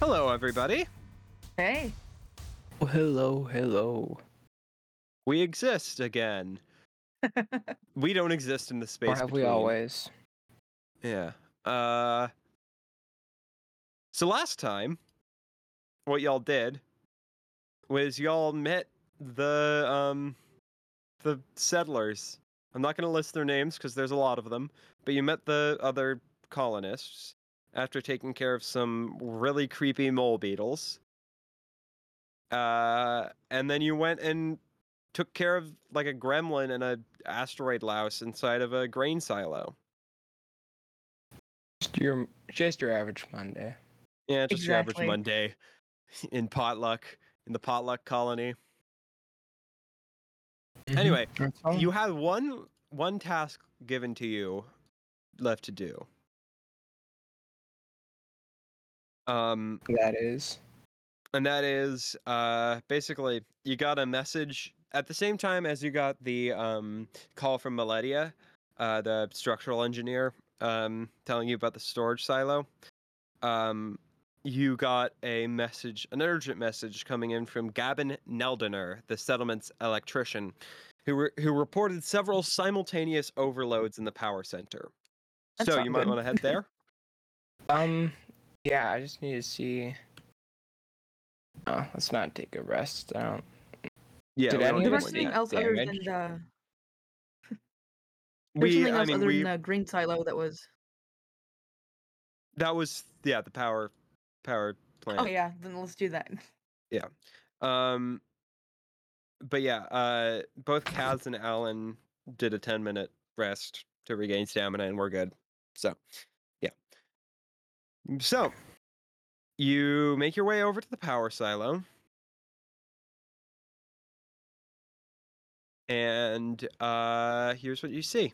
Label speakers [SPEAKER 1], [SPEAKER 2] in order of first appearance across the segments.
[SPEAKER 1] Hello, everybody.
[SPEAKER 2] Hey.
[SPEAKER 3] Oh, hello, hello.
[SPEAKER 1] We exist again. we don't exist in the space.
[SPEAKER 3] Or have we
[SPEAKER 1] between.
[SPEAKER 3] always?
[SPEAKER 1] Yeah. Uh. So last time, what y'all did was y'all met the um the settlers. I'm not gonna list their names because there's a lot of them, but you met the other colonists after taking care of some really creepy mole beetles. Uh, and then you went and took care of like a gremlin and a asteroid louse inside of a grain silo.
[SPEAKER 3] Just your, just your average Monday.
[SPEAKER 1] Yeah, just your average
[SPEAKER 2] Exactly.
[SPEAKER 1] Monday in potluck in the potluck colony.
[SPEAKER 3] Mm-hmm.
[SPEAKER 1] Mm-hmm. Anyway,
[SPEAKER 3] That's all.
[SPEAKER 1] you had one one task given to you left to do. Um,
[SPEAKER 3] that is.
[SPEAKER 1] and that is uh, basically you got a message at the same time as you got the um, call from Miledia, uh, the structural engineer, um, telling you about the storage silo. Um, you got a message, an urgent message coming in from Gavin Neldiner, the settlement's electrician, who re- who reported several simultaneous overloads in the power center.
[SPEAKER 2] That's
[SPEAKER 1] so
[SPEAKER 2] not
[SPEAKER 1] you might
[SPEAKER 2] good.
[SPEAKER 1] want to head there.
[SPEAKER 3] Um, yeah, I just need to see. Oh, let's not take a rest. I don't.
[SPEAKER 1] Yeah,
[SPEAKER 3] Did
[SPEAKER 1] we don't
[SPEAKER 3] anyone
[SPEAKER 2] We
[SPEAKER 1] need
[SPEAKER 2] were
[SPEAKER 1] anyone
[SPEAKER 3] was
[SPEAKER 2] something
[SPEAKER 1] yet.
[SPEAKER 3] taking
[SPEAKER 2] else other than
[SPEAKER 3] damage.
[SPEAKER 2] the we,
[SPEAKER 1] We,
[SPEAKER 2] something
[SPEAKER 1] I
[SPEAKER 2] else
[SPEAKER 1] mean,
[SPEAKER 2] other
[SPEAKER 1] we
[SPEAKER 2] than the green silo that was.
[SPEAKER 1] that was yeah the power power plant.
[SPEAKER 2] Oh yeah, then let's do that.
[SPEAKER 1] Um, but yeah, uh, both Kaz and Alan did a 10 minute rest to regain stamina, and we're good. So, yeah. So, you make your way over to the power silo. And uh, here's what you see.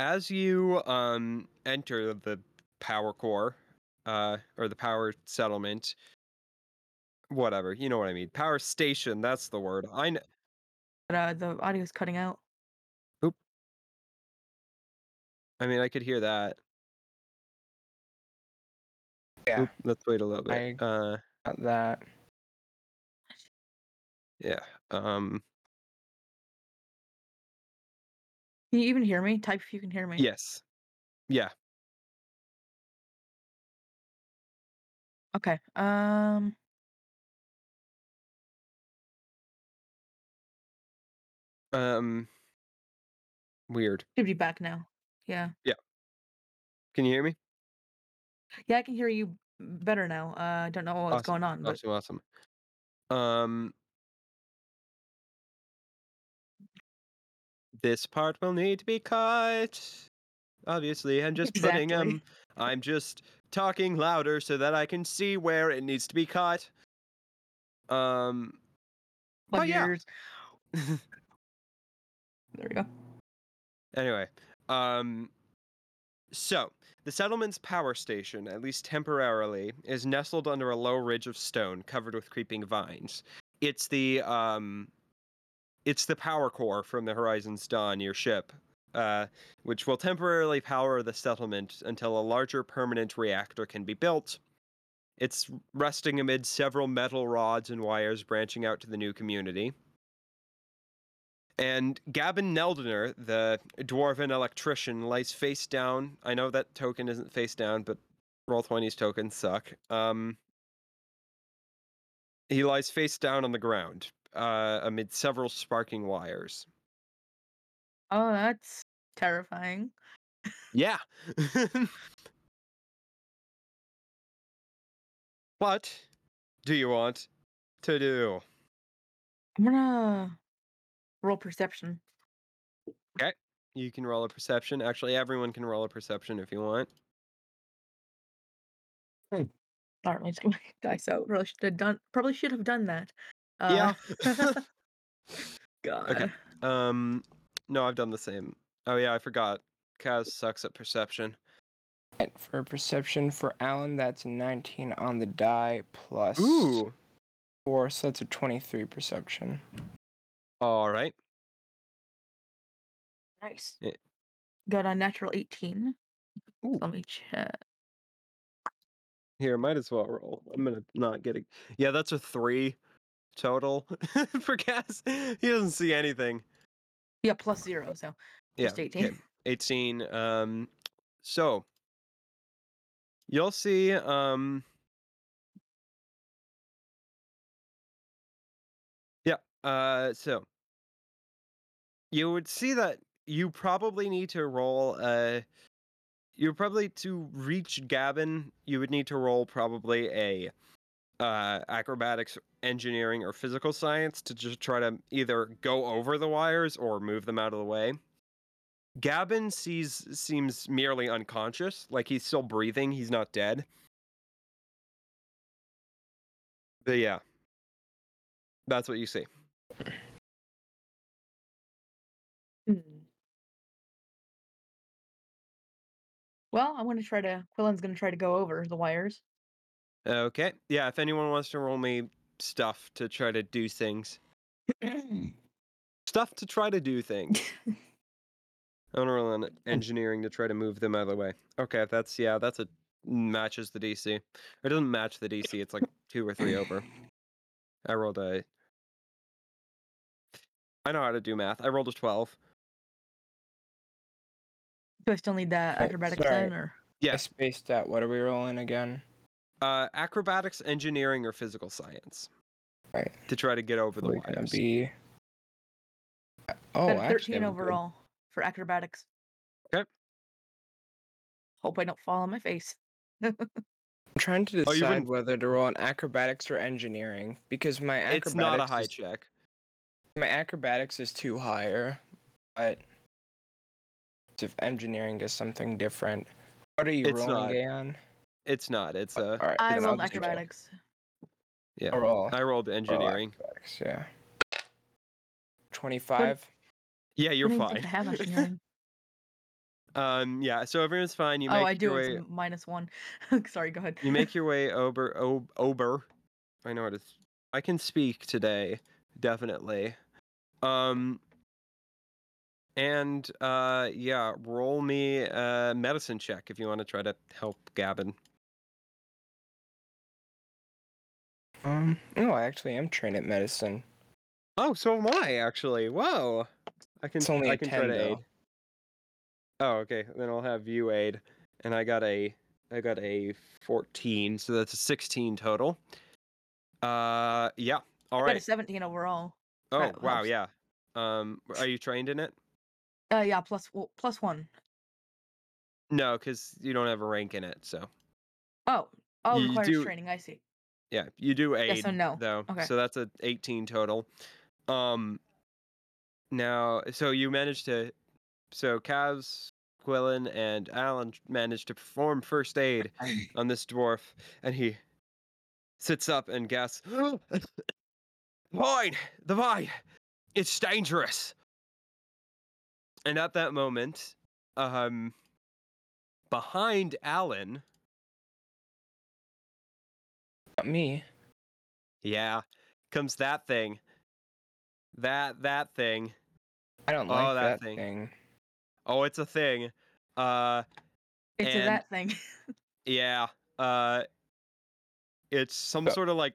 [SPEAKER 1] As you um, enter the power core, uh, or the power settlement, whatever you know what i mean power station that's the word i know
[SPEAKER 2] But uh, the audio's cutting out.
[SPEAKER 1] i mean i could hear that
[SPEAKER 3] Yeah,
[SPEAKER 1] Oop, let's wait a little bit uh
[SPEAKER 3] not that.
[SPEAKER 1] yeah um
[SPEAKER 2] Can you even hear me? Type if you can hear me.
[SPEAKER 1] yes yeah
[SPEAKER 2] Okay. Um.
[SPEAKER 1] um weird
[SPEAKER 2] Should be back now. Yeah.
[SPEAKER 1] can you hear me
[SPEAKER 2] Yeah, I can hear you better now. Uh, I don't know what's
[SPEAKER 1] Awesome,
[SPEAKER 2] going on, but
[SPEAKER 1] awesome awesome um this part will need to be cut obviously i'm just putting
[SPEAKER 2] Exactly.
[SPEAKER 1] um i'm just talking louder so that i can see where it needs to be cut um
[SPEAKER 2] plug
[SPEAKER 1] yeah.
[SPEAKER 2] your ears. There we go.
[SPEAKER 1] Anyway, um, so the settlement's power station, at least temporarily, is nestled under a low ridge of stone covered with creeping vines. It's the um, it's the power core from the Horizon's Dawn, your ship, uh, which will temporarily power the settlement until a larger permanent reactor can be built. It's resting amid several metal rods and wires branching out to the new community. And Gavin Neldiner, the dwarven electrician, lies face down. I know that token isn't face down, but roll 20's tokens suck. Um, he lies face down on the ground uh, amid several sparking wires.
[SPEAKER 2] Oh, that's terrifying.
[SPEAKER 1] Yeah. what do you want to do?
[SPEAKER 2] I'm gonna roll perception.
[SPEAKER 1] You can roll a perception. Actually, everyone can roll a perception if you want.
[SPEAKER 2] All right, let me take my dice out. Really should have done. Probably should have done that. Uh,
[SPEAKER 1] yeah.
[SPEAKER 2] Oh, God.
[SPEAKER 1] Okay. Um, no, I've done the same. Oh yeah, I forgot. Kaz sucks at perception.
[SPEAKER 3] And for perception for Alan, that's a 19 on the die plus four, so that's a 23 perception.
[SPEAKER 1] All right.
[SPEAKER 2] Nice.
[SPEAKER 1] Yeah.
[SPEAKER 2] Got a natural 18.
[SPEAKER 1] Eh Ooh.
[SPEAKER 2] Let me check.
[SPEAKER 1] Here, might as well roll. I'm gonna not get a. Yeah, that's a three total for Cass. He doesn't see anything.
[SPEAKER 2] Yeah, plus zero, so
[SPEAKER 1] Yeah.
[SPEAKER 2] just 18.
[SPEAKER 1] okay. 18. Um, so you'll see. Um, yeah. Uh, so you would see that you probably need to roll. Uh, you probably to reach Gavin. You would need to roll probably a uh, acrobatics, engineering, or physical science to just try to either go over the wires or move them out of the way. Gavin sees seems merely unconscious, like he's still breathing, he's not dead. But yeah. That's what you see. Mm.
[SPEAKER 2] Hmm. Well, I'm gonna try to. Quillan's gonna try to go over the wires.
[SPEAKER 1] Okay. Yeah, if anyone wants to roll me stuff to try to do things. Stuff to try to do things. I'm gonna roll on engineering to try to move them out of the way. Okay, that's yeah, that's a matches the DC. Or it doesn't match the DC, it's like two or three over. I rolled a I know how to do math. I rolled a twelve.
[SPEAKER 2] Do I still need that
[SPEAKER 3] Oh,
[SPEAKER 2] acrobatic
[SPEAKER 3] sorry.
[SPEAKER 2] time or?
[SPEAKER 3] I
[SPEAKER 1] Yes.
[SPEAKER 3] spaced out. What are we rolling again?
[SPEAKER 1] Uh, acrobatics, engineering, or physical science.
[SPEAKER 3] Right.
[SPEAKER 1] To try to get over the
[SPEAKER 3] We're gonna
[SPEAKER 1] wires.
[SPEAKER 3] be. Oh,
[SPEAKER 2] Got a
[SPEAKER 3] actually,
[SPEAKER 2] 13
[SPEAKER 3] I'm good.
[SPEAKER 2] overall for acrobatics.
[SPEAKER 1] Okay.
[SPEAKER 2] Hope I don't fall on my face.
[SPEAKER 3] I'm trying to
[SPEAKER 1] Oh, you
[SPEAKER 3] decide
[SPEAKER 1] wouldn't-
[SPEAKER 3] whether to roll on acrobatics or engineering because my acrobatics
[SPEAKER 1] It's not a high
[SPEAKER 3] is,
[SPEAKER 1] check.
[SPEAKER 3] my acrobatics is too higher, but if engineering is something different, what are you
[SPEAKER 1] It's
[SPEAKER 3] rolling,
[SPEAKER 1] not.
[SPEAKER 3] Gaon?
[SPEAKER 1] It's not. It's
[SPEAKER 3] All
[SPEAKER 1] uh
[SPEAKER 3] right,
[SPEAKER 2] I
[SPEAKER 1] it's
[SPEAKER 2] rolled
[SPEAKER 1] not a check.
[SPEAKER 2] acrobatics.
[SPEAKER 1] Yeah.
[SPEAKER 3] I roll.
[SPEAKER 1] I rolled engineering.
[SPEAKER 3] acrobatics, yeah. Twenty-five.
[SPEAKER 1] Yeah, you're
[SPEAKER 2] I don't even
[SPEAKER 1] fine.
[SPEAKER 2] think I have engineering.
[SPEAKER 1] um yeah, so everyone's fine. You
[SPEAKER 2] oh,
[SPEAKER 1] make
[SPEAKER 2] I do.
[SPEAKER 1] your
[SPEAKER 2] It's
[SPEAKER 1] way
[SPEAKER 2] m- minus one. Sorry, go ahead.
[SPEAKER 1] you make your way over o- over. I know what it's I can speak today, definitely. Um and uh yeah, roll me a medicine check if you want to try to help Gavin.
[SPEAKER 3] Um, no, I actually am trained at medicine.
[SPEAKER 1] Oh, so am I actually. Whoa. I can
[SPEAKER 3] It's only
[SPEAKER 1] I
[SPEAKER 3] a
[SPEAKER 1] can
[SPEAKER 3] 10,
[SPEAKER 1] try to
[SPEAKER 3] though.
[SPEAKER 1] aid. Oh, okay. Then I'll have you aid. And I got a I got a 14, so that's a 16 total. Uh yeah. All
[SPEAKER 2] I got a
[SPEAKER 1] right.
[SPEAKER 2] 17 overall.
[SPEAKER 1] Oh,
[SPEAKER 2] that
[SPEAKER 1] wow,
[SPEAKER 2] helps.
[SPEAKER 1] yeah. Um are you trained in it?
[SPEAKER 2] Uh, yeah, plus w- plus one.
[SPEAKER 1] No, cuz you don't have a rank in it, so.
[SPEAKER 2] Oh, oh,
[SPEAKER 1] You
[SPEAKER 2] requires
[SPEAKER 1] do-
[SPEAKER 2] training. I see.
[SPEAKER 1] Yeah, you do aid
[SPEAKER 2] Yes or no.
[SPEAKER 1] though.
[SPEAKER 2] Okay.
[SPEAKER 1] So that's a 18 total. Um now so you managed to so Cavs, Quillen, and Alan managed to perform first aid on this dwarf, and he sits up and gasps Vine! The vine! It's dangerous. And at that moment, um behind Alan
[SPEAKER 3] Not me.
[SPEAKER 1] Yeah. Comes that thing. That that thing.
[SPEAKER 3] I don't
[SPEAKER 1] Oh,
[SPEAKER 3] like
[SPEAKER 1] that
[SPEAKER 3] that,
[SPEAKER 1] thing.
[SPEAKER 3] thing.
[SPEAKER 1] Oh, it's a thing. Uh
[SPEAKER 2] It's a
[SPEAKER 1] And-
[SPEAKER 2] that thing.
[SPEAKER 1] yeah. Uh it's some
[SPEAKER 3] So-
[SPEAKER 1] sort of like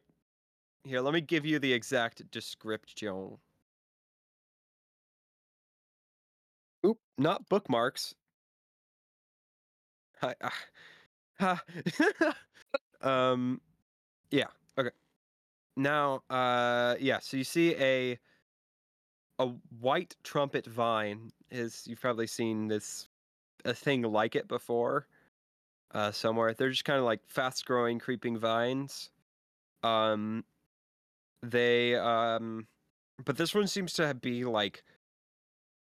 [SPEAKER 1] here, let me give you the exact description. Oop, not bookmarks. Hi, ah, ah. um yeah, okay. Now, uh yeah, so you see a a white trumpet vine is you've probably seen this a thing like it before uh somewhere they're just kind of like fast growing creeping vines um they um but this one seems to have- be like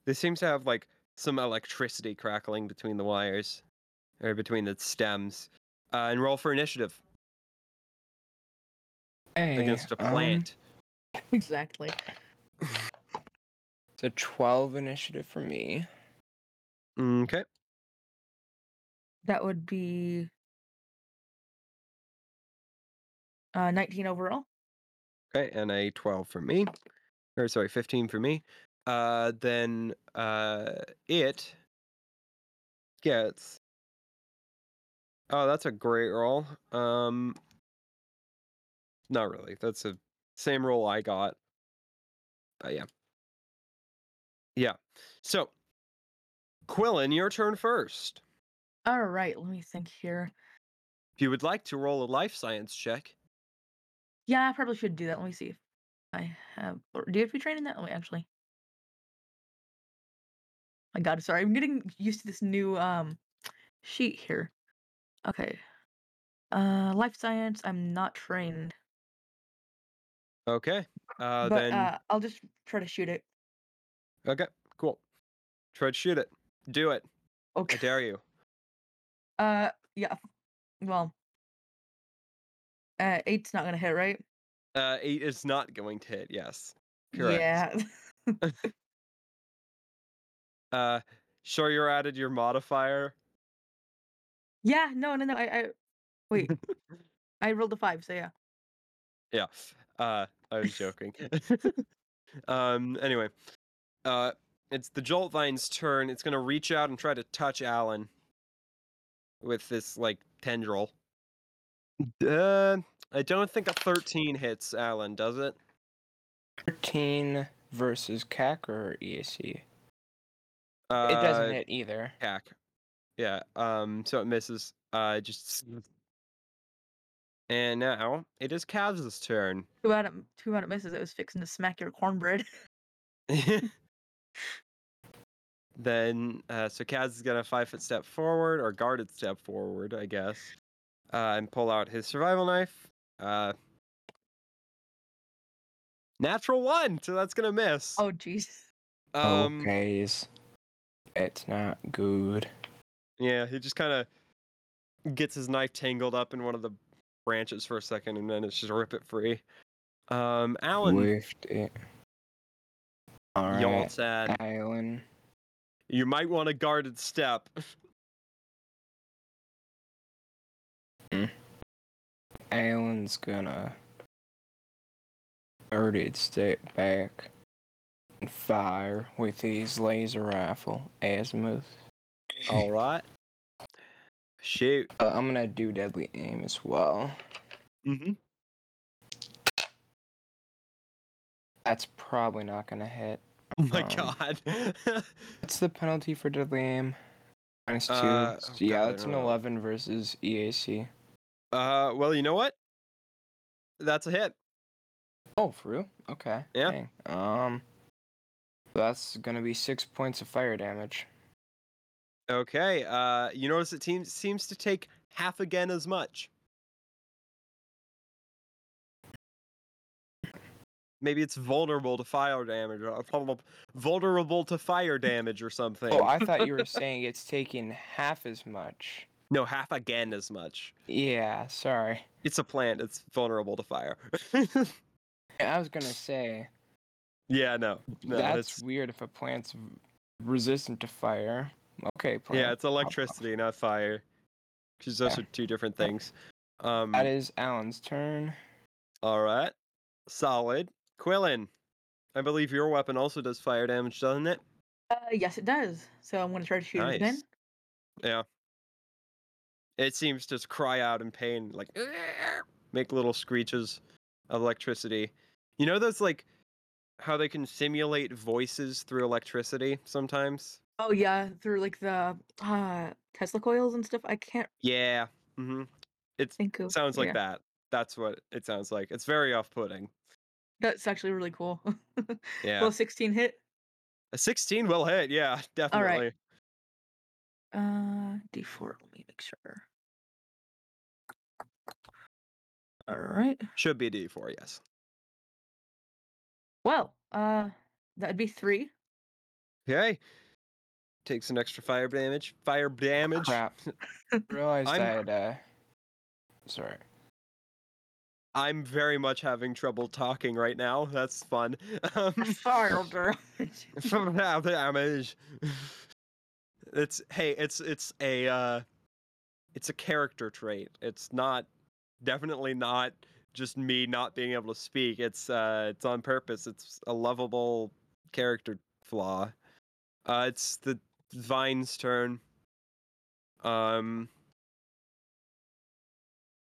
[SPEAKER 1] this seems to have like some electricity crackling between the wires or between the stems uh, and roll for initiative
[SPEAKER 3] Hey,
[SPEAKER 1] against a
[SPEAKER 3] um,
[SPEAKER 1] plant
[SPEAKER 2] exactly.
[SPEAKER 3] it's a twelve initiative for me.
[SPEAKER 1] Mm, okay
[SPEAKER 2] That would be uh 19 overall.
[SPEAKER 1] Okay, and a 12 for me. Or sorry, 15 for me. Uh then uh it gets Oh, that's a great roll. Um, not really. That's a same roll I got. But yeah, yeah. So, Quillen, your turn first.
[SPEAKER 2] All right, let me think here.
[SPEAKER 1] If you would like to roll a life science check,
[SPEAKER 2] Yeah, I probably should do that. Let me see if I have. Or do you have to be training that? Oh, wait, actually. My God, sorry. I'm getting used to this new um sheet here. Okay. Uh, life science. I'm not trained,
[SPEAKER 1] okay. Uh,
[SPEAKER 2] but
[SPEAKER 1] then
[SPEAKER 2] uh, I'll just try to shoot it.
[SPEAKER 1] okay, cool. Try to shoot it. Do it. I
[SPEAKER 2] Okay.
[SPEAKER 1] dare you.
[SPEAKER 2] Uh, yeah. Well, uh, eight's not gonna hit, right?
[SPEAKER 1] Uh, eight is not going to hit. Yes. Correct.
[SPEAKER 2] Yeah.
[SPEAKER 1] Uh, sure you're added your modifier.
[SPEAKER 2] Yeah. No. No. No. I. I wait. I rolled a five, so yeah.
[SPEAKER 1] Yeah. Uh, I was joking. um. Anyway, uh, it's the Joltvine's turn. It's gonna reach out and try to touch Alan with this like tendril. Uh, I don't think a thirteen hits Alan, does it?
[SPEAKER 3] 13 versus CAC or E EAC?
[SPEAKER 1] Uh,
[SPEAKER 3] It doesn't hit either.
[SPEAKER 1] Hack. Yeah. Um. So it misses. Uh. it Just. And now it is Kaz's turn.
[SPEAKER 2] Two out of two out of misses. I was fixing to smack your cornbread.
[SPEAKER 1] then uh, so Kaz is gonna five foot step forward or guarded step forward, I guess, uh, and pull out his survival knife. Uh, natural one, so that's gonna miss.
[SPEAKER 2] Oh jeez.
[SPEAKER 1] um,
[SPEAKER 3] guys. It's not good.
[SPEAKER 1] Yeah, he just kind of gets his knife tangled up in one of the branches for a second, and then it's just rip it free. Um, Alan
[SPEAKER 3] Whiffed it.
[SPEAKER 1] yawns
[SPEAKER 3] Alright.
[SPEAKER 1] at
[SPEAKER 3] Alan.
[SPEAKER 1] you might want a guarded step.
[SPEAKER 3] Alan's gonna. Guarded step back. And fire with his laser rifle, Azimuth.
[SPEAKER 1] All right. Shoot.
[SPEAKER 3] Uh, I'm gonna do deadly aim as well.
[SPEAKER 1] Mm-hmm.
[SPEAKER 3] That's probably not gonna hit.
[SPEAKER 1] Oh my
[SPEAKER 3] Um,
[SPEAKER 1] god.
[SPEAKER 3] What's the penalty for deadly aim? Minus two.
[SPEAKER 1] Uh,
[SPEAKER 3] So
[SPEAKER 1] oh
[SPEAKER 3] yeah,
[SPEAKER 1] God, I
[SPEAKER 3] that's an
[SPEAKER 1] don't know.
[SPEAKER 3] 11 versus E EAC.
[SPEAKER 1] uh, well, you know what? That's a hit.
[SPEAKER 3] Oh, for real? Okay.
[SPEAKER 1] Yeah.
[SPEAKER 3] dang. Um, that's gonna be six points of fire damage.
[SPEAKER 1] Okay. Uh, you notice it seems seems to take half again as much. Maybe it's vulnerable to fire damage, or probably vulnerable to fire damage, or something.
[SPEAKER 3] Oh, I thought you were saying it's taking half as much.
[SPEAKER 1] no, half again as much.
[SPEAKER 3] Yeah, sorry.
[SPEAKER 1] It's a plant. It's vulnerable to fire.
[SPEAKER 3] I was gonna say
[SPEAKER 1] yeah, no, no,
[SPEAKER 3] that's
[SPEAKER 1] it's-
[SPEAKER 3] weird if a plant's v- resistant to fire. Okay, plant.
[SPEAKER 1] yeah, it's electricity, not fire. Because those
[SPEAKER 3] Yeah.
[SPEAKER 1] are two different things. Um,
[SPEAKER 3] That is Alan's turn.
[SPEAKER 1] All right. Solid. Quillen, I believe your weapon also does fire damage, doesn't it?
[SPEAKER 2] Uh, yes, it does. So I'm gonna try to shoot it again.
[SPEAKER 1] Nice. It seems to just cry out in pain, like, "Arr!" make little screeches of electricity. You know those, like, how they can simulate voices through electricity sometimes?
[SPEAKER 2] Oh yeah, through like the uh, Tesla coils and stuff. I can't
[SPEAKER 1] Yeah. hmm
[SPEAKER 2] think of.
[SPEAKER 1] Sounds like
[SPEAKER 2] yeah.
[SPEAKER 1] that. That's what it sounds like. It's very off putting.
[SPEAKER 2] That's actually really cool.
[SPEAKER 1] Yeah.
[SPEAKER 2] Well, 16 hit.
[SPEAKER 1] A 16 will hit. Yeah, definitely.
[SPEAKER 2] Uh, D4. Let me make sure. All right.
[SPEAKER 1] Should be a D4, yes.
[SPEAKER 2] Well, uh, that'd be three.
[SPEAKER 1] Okay. Takes an extra fire damage. Fire damage.
[SPEAKER 3] Crap. Realized I
[SPEAKER 1] I'm-
[SPEAKER 3] had uh. Sorry.
[SPEAKER 1] I'm very much having trouble talking right now. That's fun. Um,
[SPEAKER 2] Fire damage.
[SPEAKER 1] from how the damage. It's hey, it's it's a uh, it's a character trait. It's not definitely not just me not being able to speak. It's uh, it's on purpose. It's a lovable character flaw. Uh, it's the Vine's turn. Um,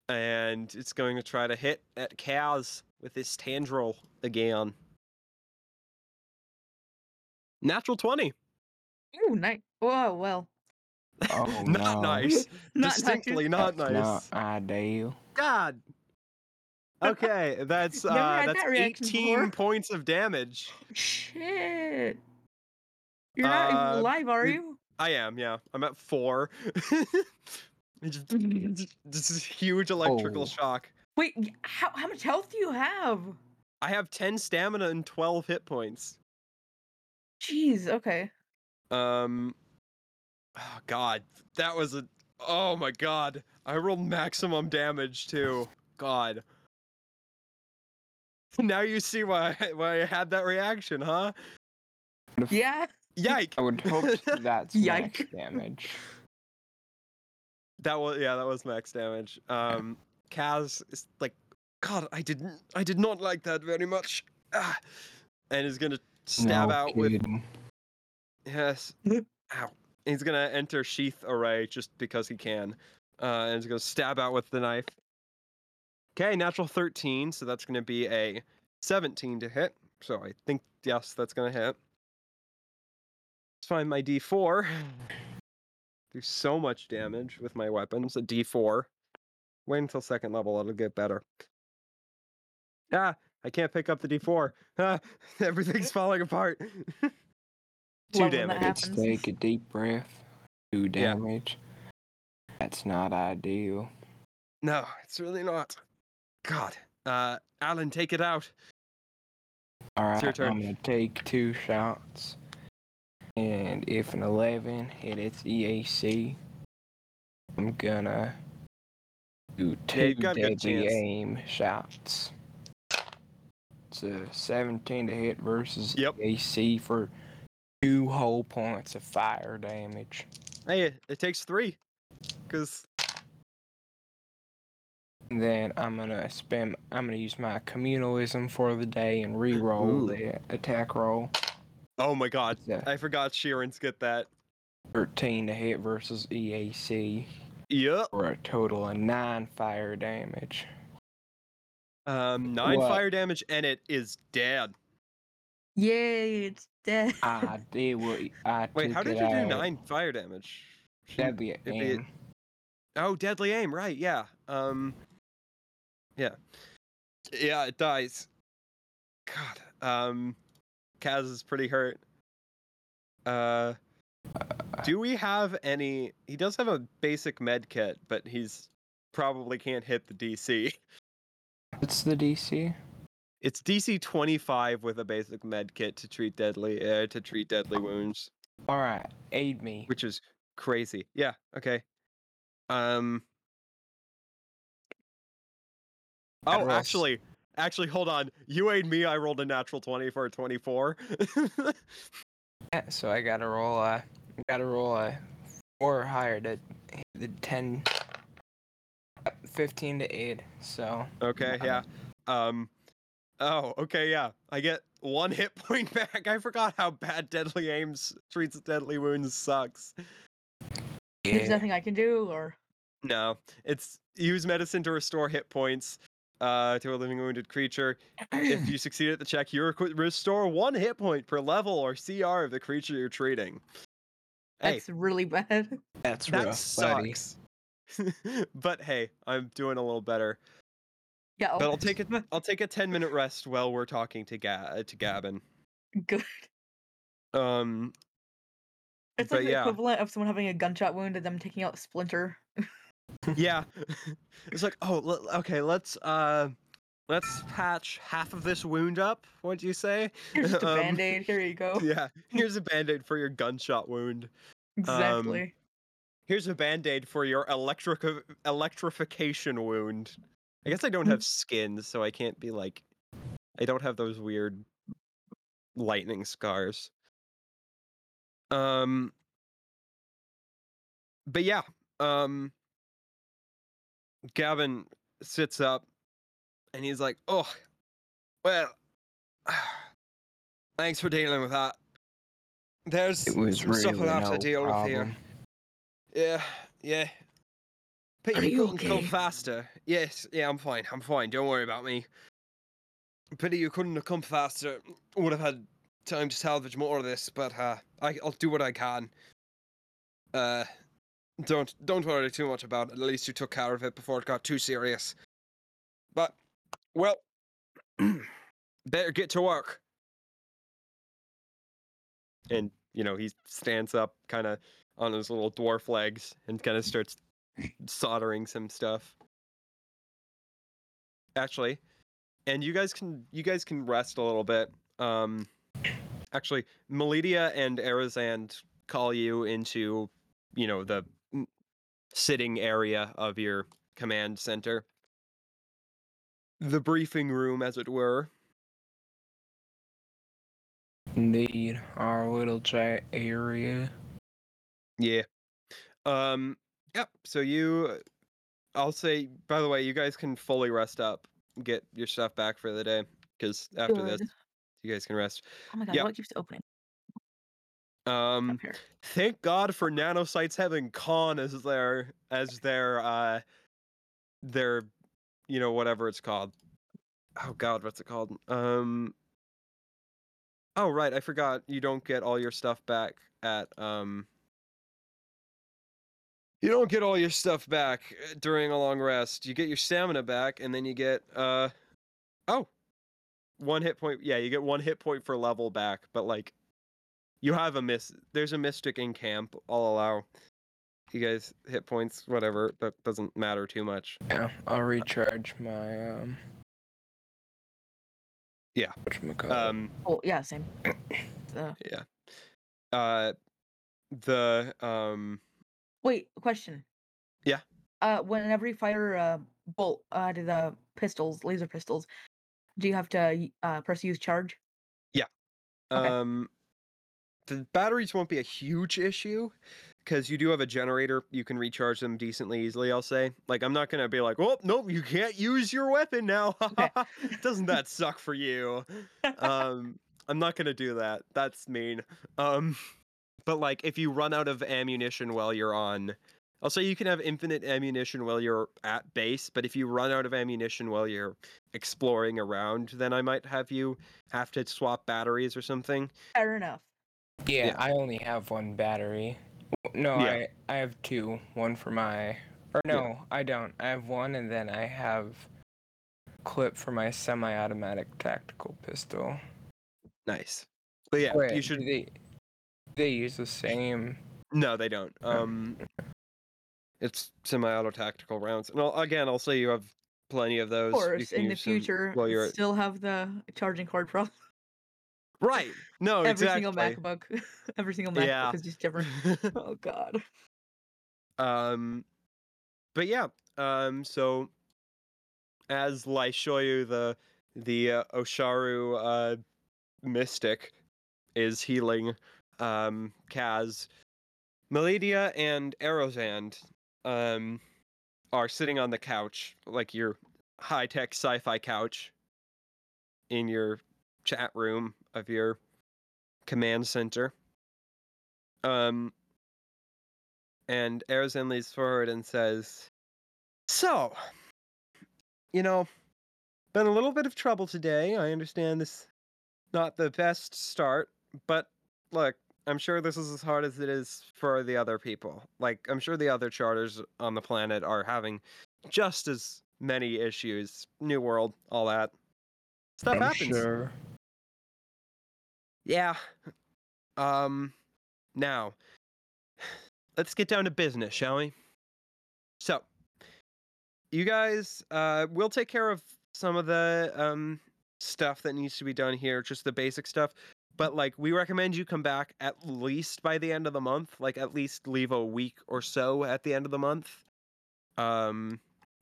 [SPEAKER 1] and it's going to try to hit at cows with its tendril again. Natural twenty.
[SPEAKER 2] Ooh, nice. Oh well.
[SPEAKER 3] Oh,
[SPEAKER 1] not
[SPEAKER 3] no.
[SPEAKER 1] nice.
[SPEAKER 2] Not nice.
[SPEAKER 1] Distinctly not
[SPEAKER 3] That's
[SPEAKER 1] nice.
[SPEAKER 3] Not ideal.
[SPEAKER 1] God. Okay, that's
[SPEAKER 2] Never
[SPEAKER 1] uh,
[SPEAKER 2] had
[SPEAKER 1] that's
[SPEAKER 2] that reaction
[SPEAKER 1] eighteen
[SPEAKER 2] before.
[SPEAKER 1] points of damage.
[SPEAKER 2] Shit. You're not even
[SPEAKER 1] Uh,
[SPEAKER 2] alive, are
[SPEAKER 1] we-
[SPEAKER 2] you?
[SPEAKER 1] I am, yeah. I'm at four. It's just- this is huge electrical
[SPEAKER 3] Oh.
[SPEAKER 1] shock.
[SPEAKER 2] Wait, y- how how much health do you have?
[SPEAKER 1] I have ten stamina and twelve hit points.
[SPEAKER 2] Jeez. Okay.
[SPEAKER 1] Um, oh God, that was a. Oh my God, I rolled maximum damage too. God. Now you see why I, why I had that reaction, huh?
[SPEAKER 2] Yeah.
[SPEAKER 1] Yike.
[SPEAKER 3] I would hope that's
[SPEAKER 2] Yike.
[SPEAKER 3] max damage.
[SPEAKER 1] That was yeah, that was max damage. Um, Kaz is like, God, I didn't, I did not like that very much. Ah, and is gonna stab
[SPEAKER 3] No
[SPEAKER 1] out with
[SPEAKER 3] kidding.
[SPEAKER 1] Yes.
[SPEAKER 2] Yep.
[SPEAKER 1] Ow. He's gonna enter sheath array just because he can, uh, and he's gonna stab out with the knife. Okay, natural thirteen, so that's gonna be a seventeen to hit. So I think yes, that's gonna hit. Let's find my D four. Do so much damage with my weapons. A D four. Wait until second level; it'll get better. Ah, I can't pick up the D four. Ah, everything's falling apart. Two
[SPEAKER 2] Love when that
[SPEAKER 1] damage.
[SPEAKER 3] Let's
[SPEAKER 2] happens.
[SPEAKER 3] take a deep breath. Do
[SPEAKER 1] Yeah.
[SPEAKER 3] damage. That's not ideal.
[SPEAKER 1] No, it's really not. God. Uh, Alan, take it out.
[SPEAKER 3] All
[SPEAKER 1] It's your
[SPEAKER 3] right,
[SPEAKER 1] turn.
[SPEAKER 3] I'm gonna take two shots, and if an 11 hit its EAC, I'm gonna do two
[SPEAKER 1] you've got a good
[SPEAKER 3] deadly
[SPEAKER 1] chance.
[SPEAKER 3] aim shots. It's a 17 to hit versus
[SPEAKER 1] Yep.
[SPEAKER 3] EAC for two whole points of fire damage.
[SPEAKER 1] Hey, it takes three. Because,
[SPEAKER 3] And then I'm gonna spam. I'm gonna use my communalism for the day and re-roll
[SPEAKER 1] Ooh.
[SPEAKER 3] the attack roll.
[SPEAKER 1] oh my god,
[SPEAKER 3] It's a
[SPEAKER 1] I forgot Sheeran's get that.
[SPEAKER 3] 13 to hit versus EAC.
[SPEAKER 1] Yep.
[SPEAKER 3] for a total of nine fire damage.
[SPEAKER 1] Um, nine
[SPEAKER 3] What?
[SPEAKER 1] fire damage and it is dead.
[SPEAKER 2] Yay! It's dead.
[SPEAKER 1] Ah,
[SPEAKER 3] I did what I
[SPEAKER 1] Wait,
[SPEAKER 3] took
[SPEAKER 1] how did
[SPEAKER 3] it
[SPEAKER 1] you do
[SPEAKER 3] out.
[SPEAKER 1] nine fire damage? She-
[SPEAKER 3] That'd be an
[SPEAKER 1] be-
[SPEAKER 3] aim.
[SPEAKER 1] Oh, deadly aim, right, yeah. Um, yeah. Yeah, it dies. God. Um, Kaz is pretty hurt. Uh, Do we have any? He does have a basic med kit, but he's probably can't hit the DC.
[SPEAKER 3] What's the DC?
[SPEAKER 1] It's DC 25 with a basic med kit to treat deadly uh, to treat deadly wounds,
[SPEAKER 3] All right, aid me.
[SPEAKER 1] which is crazy. Yeah. Okay. Um.
[SPEAKER 3] I'd
[SPEAKER 1] Oh,
[SPEAKER 3] roll s-
[SPEAKER 1] actually, actually, hold on. You aid me. I rolled a natural 20 for a 24.
[SPEAKER 3] Yeah, So I gotta roll a, gotta roll a four or higher to hit the ten. uh, 15 to aid. So
[SPEAKER 1] Okay, yeah. Um Oh, okay, yeah. I get one hit point back. I forgot how bad deadly aims treats deadly wounds sucks.
[SPEAKER 2] There's
[SPEAKER 3] yeah,
[SPEAKER 2] nothing I can do, or
[SPEAKER 1] No. It's use medicine to restore hit points uh to a living wounded creature. If you succeed at the check, you requ- restore one hit point per level or CR of the creature you're treating. Hey,
[SPEAKER 2] that's really bad.
[SPEAKER 3] that's
[SPEAKER 1] that
[SPEAKER 3] rough, buddy.
[SPEAKER 1] sucks. but hey, I'm doing a little better.
[SPEAKER 2] Yeah. oh.
[SPEAKER 1] But I'll take a I'll take a 10 minute rest while we're talking to Ga- to Gavin.
[SPEAKER 2] Good.
[SPEAKER 1] Um
[SPEAKER 2] It's
[SPEAKER 1] But
[SPEAKER 2] like the
[SPEAKER 1] yeah.
[SPEAKER 2] equivalent of someone having a gunshot wound and them taking out Splinter.
[SPEAKER 1] yeah it's like oh le- okay let's uh let's patch half of this wound up what do you say
[SPEAKER 2] Here's just a
[SPEAKER 1] Um,
[SPEAKER 2] band aid. Here you go.
[SPEAKER 1] yeah here's a band-aid for your gunshot wound um,
[SPEAKER 2] Exactly.
[SPEAKER 1] here's a band-aid for your electric electrification wound i guess i don't have skins so i can't be like i don't have those weird lightning scars um but yeah um gavin sits up and he's like oh well thanks for dealing with that there's
[SPEAKER 3] It was
[SPEAKER 1] some stuff
[SPEAKER 3] really
[SPEAKER 1] i'll have
[SPEAKER 3] no
[SPEAKER 1] to deal with here
[SPEAKER 3] problem.
[SPEAKER 1] yeah, yeah. Pete,
[SPEAKER 2] Are
[SPEAKER 1] you
[SPEAKER 2] you
[SPEAKER 1] couldn't come
[SPEAKER 2] okay?
[SPEAKER 1] faster. Yes, yeah, I'm fine. I'm fine. Don't worry about me. Pity you couldn't have come faster. Would have had time to salvage more of this, but uh, I, I'll do what I can. Uh, don't don't worry too much about it. At least you took care of it before it got too serious. But well, better get to work. And you know he stands up, kind of on his little dwarf legs, and kind of starts soldering some stuff. Actually, and you guys can you guys can rest a little bit. Um, actually, Melidia and Arizand call you into you know the mm, sitting area of your command center, the briefing room, as it were.
[SPEAKER 3] Indeed, our little giant area.
[SPEAKER 1] Yeah. Um. Yep. So you, I'll say. By the way, you guys can fully rest up, get your stuff back for the day, because after this,
[SPEAKER 2] Good.
[SPEAKER 1] you guys can rest.
[SPEAKER 2] Oh my god,
[SPEAKER 1] Yeah.
[SPEAKER 2] what keeps opening
[SPEAKER 1] Um.
[SPEAKER 2] up here?
[SPEAKER 1] Thank God for nanosites having con as their as their uh their you know whatever it's called. Oh God, what's it called? Um. Oh right, I forgot. You don't get all your stuff back at um. You don't get all your stuff back uh, during a long rest. You get your stamina back, and then you get uh, oh, one hit point. Yeah, you get one hit point for level back, but like you have a miss. There's a mystic in camp. I'll allow you guys hit points, whatever. That doesn't matter too much.
[SPEAKER 3] Yeah, I'll recharge my um.
[SPEAKER 1] Yeah.
[SPEAKER 3] whatchamacallit.
[SPEAKER 1] Um,
[SPEAKER 2] Oh yeah, same. So,
[SPEAKER 1] uh, the um,
[SPEAKER 2] wait, question.
[SPEAKER 1] Yeah.
[SPEAKER 2] Uh, whenever you fire a bolt out of the pistols, laser pistols, do you have to y- uh press use charge? Okay.
[SPEAKER 1] um, the batteries won't be a huge issue because you do have a generator. You can recharge them decently easily. I'll say. Like, I'm not gonna be like, oh nope, you can't use your weapon now.
[SPEAKER 2] Okay.
[SPEAKER 1] Doesn't that suck for you? um i'm not gonna do that that's mean um but like if you run out of ammunition while you're on i'll say you can have infinite ammunition while you're at base but if you run out of ammunition while you're exploring around then i might have you have to swap batteries or something
[SPEAKER 2] Fair enough.
[SPEAKER 3] yeah,
[SPEAKER 1] yeah.
[SPEAKER 3] I only have one battery. W- No,
[SPEAKER 1] Yeah.
[SPEAKER 3] I I have two. One for my, or
[SPEAKER 1] Yeah.
[SPEAKER 3] no, I don't. I have one, and then I have clip for my semi-automatic tactical pistol.
[SPEAKER 1] nice but yeah
[SPEAKER 3] Wait,
[SPEAKER 1] you
[SPEAKER 3] do
[SPEAKER 1] should
[SPEAKER 3] They, they use the same.
[SPEAKER 1] No, they don't. Um, it's semi-auto tactical rounds, and I'll, again, I'll say you have plenty of those.
[SPEAKER 2] Of
[SPEAKER 1] you
[SPEAKER 2] course,
[SPEAKER 1] can
[SPEAKER 2] in the
[SPEAKER 1] use them
[SPEAKER 2] future,
[SPEAKER 1] while you're at-
[SPEAKER 2] still have the charging cord problem.
[SPEAKER 1] right. No,
[SPEAKER 2] every
[SPEAKER 1] Oh, exactly.
[SPEAKER 2] single MacBook, every single MacBook
[SPEAKER 1] Yeah.
[SPEAKER 2] is just different. Oh God.
[SPEAKER 1] um, but yeah. Um, so as I show you the the uh, Osharu uh, mystic is healing um, Kaz, Melidia and Aerozand um, are sitting on the couch, like your high tech sci fi couch, in your chat room of your command center. Um, and Aerozand leans forward and says, So, you know, been a little bit of trouble today. I understand this not the best start, but look, I'm sure this is as hard as it is for the other people. Like, I'm sure the other charters on the planet are having just as many issues. New World, all that. Stuff
[SPEAKER 3] I'm
[SPEAKER 1] happens.
[SPEAKER 3] sure.
[SPEAKER 1] Yeah. Um now let's get down to business, shall we? So, you guys uh we'll take care of some of the um stuff that needs to be done here, just the basic stuff, but like we recommend you come back at least by the end of the month, like at least leave a week or so at the end of the month. Um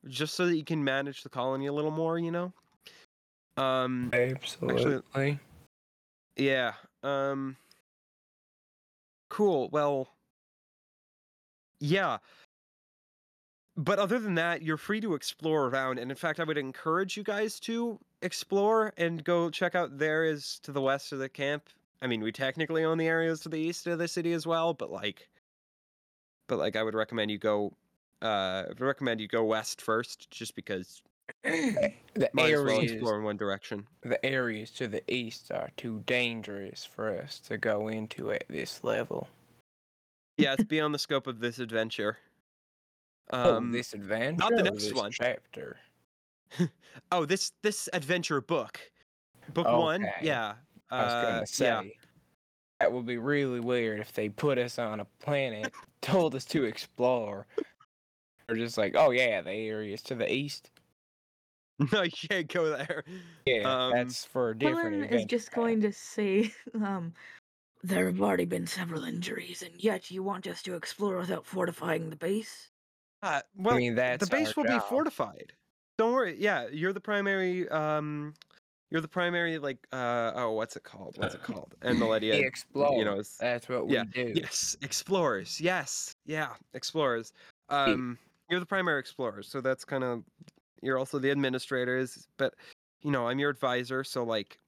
[SPEAKER 1] just so that you can manage the colony a little more, you know? Um
[SPEAKER 3] Absolutely.
[SPEAKER 1] yeah. Um Cool. Well, yeah. But other than that, you're free to explore around and in fact, I would encourage you guys to explore and go check out there is to the west of the camp. I mean, we technically own the areas to the east of the city as well, but like but like I would recommend you go uh, I recommend you go west first, just because
[SPEAKER 3] the
[SPEAKER 1] might as well
[SPEAKER 3] areas,
[SPEAKER 1] explore in one direction.
[SPEAKER 3] the areas to the east are too dangerous for us to go into at this level.
[SPEAKER 1] Yeah, it's beyond the scope of this adventure.
[SPEAKER 3] oh,
[SPEAKER 1] Um,
[SPEAKER 3] this adventure,
[SPEAKER 1] not the
[SPEAKER 3] or
[SPEAKER 1] next
[SPEAKER 3] this
[SPEAKER 1] one.
[SPEAKER 3] chapter.
[SPEAKER 1] oh, this this adventure book, book one.
[SPEAKER 3] Okay.
[SPEAKER 1] Yeah.
[SPEAKER 3] I was
[SPEAKER 1] uh,
[SPEAKER 3] gonna say
[SPEAKER 1] yeah.
[SPEAKER 3] that would be really weird if they put us on a planet, told us to explore, or just like, oh yeah, the areas to the east.
[SPEAKER 1] No, you can't go there.
[SPEAKER 3] Yeah,
[SPEAKER 1] Um,
[SPEAKER 3] that's for a different.
[SPEAKER 2] Helen is
[SPEAKER 3] adventure.
[SPEAKER 2] just going to say, um, there have already been several injuries, and yet you want us to explore without fortifying the base?
[SPEAKER 1] Uh, well,
[SPEAKER 3] I mean, that's
[SPEAKER 1] the base
[SPEAKER 3] our
[SPEAKER 1] will
[SPEAKER 3] job.
[SPEAKER 1] be fortified. Don't worry. Yeah, you're the primary. Um, you're the primary. Like, uh, oh, what's it called? What's it called? And
[SPEAKER 3] We
[SPEAKER 1] Meledia,
[SPEAKER 3] explore.
[SPEAKER 1] you know, is,
[SPEAKER 3] that's what
[SPEAKER 1] yeah,
[SPEAKER 3] we do.
[SPEAKER 1] yes, explorers. Yes, yeah, explorers. Um, you're the primary explorers, so that's kind of. You're also the administrators, but you know, I'm your advisor, so like.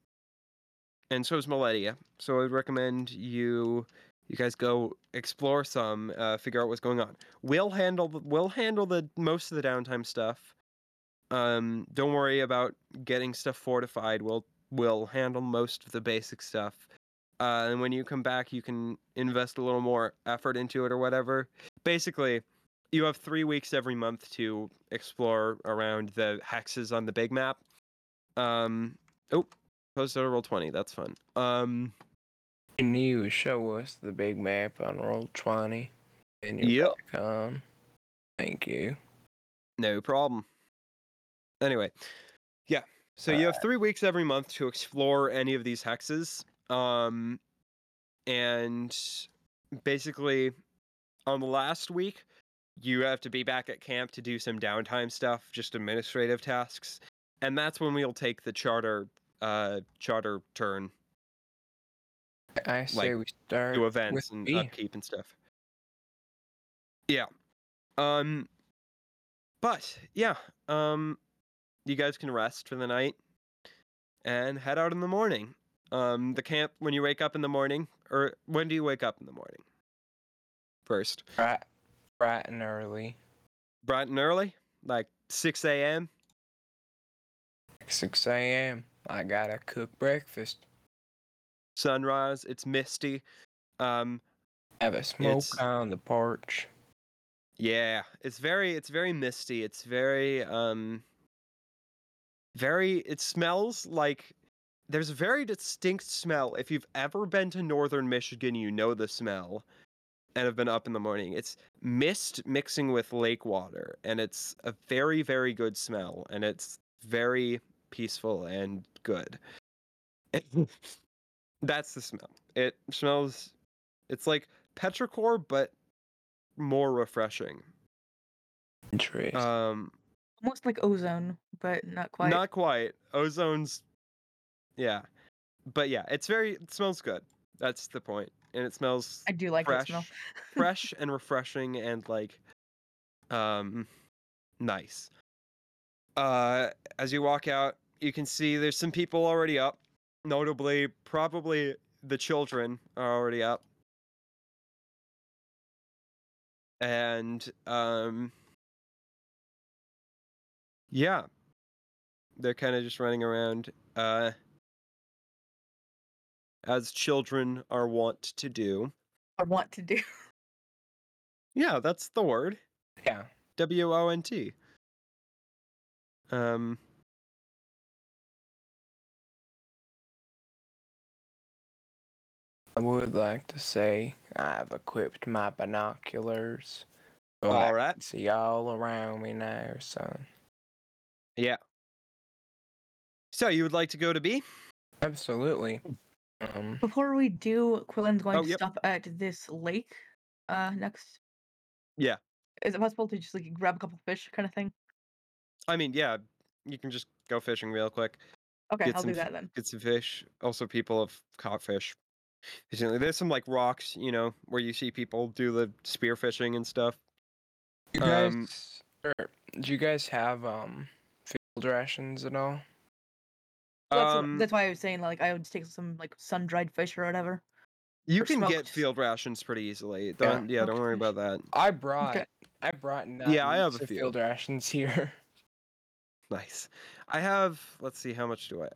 [SPEAKER 1] And so is Meledia. So I'd recommend you. You guys go explore some, uh, figure out what's going on. We'll handle the, we'll handle the most of the downtime stuff. Um, don't worry about getting stuff fortified. We'll we'll handle most of the basic stuff. Uh, and when you come back, you can invest a little more effort into it or whatever. Basically, you have three weeks every month to explore around the hexes on the big map. Um, oh, posted a roll twenty. That's fun. Um,
[SPEAKER 3] Can you show us the big map on roll twenty? And
[SPEAKER 1] Yep.
[SPEAKER 3] your yep. Thank you.
[SPEAKER 1] No problem. Anyway, yeah. So you have three weeks every month to explore any of these hexes. Um, and basically, on the last week, you have to be back at camp to do some downtime stuff, just administrative tasks, and that's when we'll take the charter, uh, charter turn
[SPEAKER 3] I say we start
[SPEAKER 1] to events
[SPEAKER 3] with
[SPEAKER 1] and
[SPEAKER 3] B.
[SPEAKER 1] upkeep and stuff. Yeah. Um but yeah, um you guys can rest for the night and head out in the morning. Um the camp when you wake up in the morning or when do you wake up in the morning? First.
[SPEAKER 3] bright, bright and early,
[SPEAKER 1] Bright and early? Like 6 a.m.?
[SPEAKER 3] six a.m. I gotta cook breakfast.
[SPEAKER 1] Sunrise, it's misty. Um
[SPEAKER 3] Have a smoke
[SPEAKER 1] It's-
[SPEAKER 3] on the porch.
[SPEAKER 1] Yeah, it's very it's very misty. It's very um very it smells like there's a very distinct smell. If you've ever been to northern Michigan, you know the smell and have been up in the morning. It's mist mixing with lake water and it's a very very good smell and it's very peaceful and good. That's the smell. It smells it's like petrichor but more refreshing.
[SPEAKER 3] Interesting.
[SPEAKER 1] Um,
[SPEAKER 2] Almost like ozone, but not quite.
[SPEAKER 1] not quite. Ozone's, yeah, but yeah, it's very. It smells good. That's the point, and it smells
[SPEAKER 2] I do like that
[SPEAKER 1] fresh,
[SPEAKER 2] smell.
[SPEAKER 1] fresh and refreshing, and like, um, nice. Uh, as you walk out, you can see there's some people already up. Notably, probably the children are already up. And um yeah. They're kind of just running around uh as children are wont to do.
[SPEAKER 2] I want to do.
[SPEAKER 1] Yeah, that's the word.
[SPEAKER 3] yeah.
[SPEAKER 1] W O N T. Um.
[SPEAKER 3] I would like to say I've equipped my binoculars. so I
[SPEAKER 1] All right.
[SPEAKER 3] can See all around me now, son.
[SPEAKER 1] So you would like to go to B?
[SPEAKER 3] Absolutely. Um,
[SPEAKER 2] Before we do, Quillen's going
[SPEAKER 1] Oh,
[SPEAKER 2] to
[SPEAKER 1] yep.
[SPEAKER 2] stop at this lake uh next.
[SPEAKER 1] Yeah.
[SPEAKER 2] Is it possible to just like grab a couple fish kind of thing?
[SPEAKER 1] I mean, yeah, you can just go fishing real quick.
[SPEAKER 2] Okay,
[SPEAKER 1] Get
[SPEAKER 2] I'll
[SPEAKER 1] some
[SPEAKER 2] do
[SPEAKER 1] f-
[SPEAKER 2] that then.
[SPEAKER 1] Get some fish. Also, people have caught fish. recently. There's some like rocks, you know, where you see people do the spear fishing and stuff.
[SPEAKER 3] you guys,
[SPEAKER 1] Um,
[SPEAKER 3] er, do you guys have um field rations at all?
[SPEAKER 2] Well, that's,
[SPEAKER 1] Um,
[SPEAKER 2] that's why I was saying like I would take some like sun dried fish or whatever.
[SPEAKER 1] You
[SPEAKER 2] or
[SPEAKER 1] can get
[SPEAKER 2] smoked.
[SPEAKER 1] field rations pretty easily.
[SPEAKER 3] Yeah.
[SPEAKER 1] Don't yeah, don't
[SPEAKER 2] Smoked
[SPEAKER 1] worry
[SPEAKER 2] fish.
[SPEAKER 1] about that.
[SPEAKER 3] I brought I brought nine.
[SPEAKER 1] Yeah, I have a
[SPEAKER 3] so
[SPEAKER 1] few.
[SPEAKER 3] field rations here.
[SPEAKER 1] Nice. I have. Let's see. How much do I have?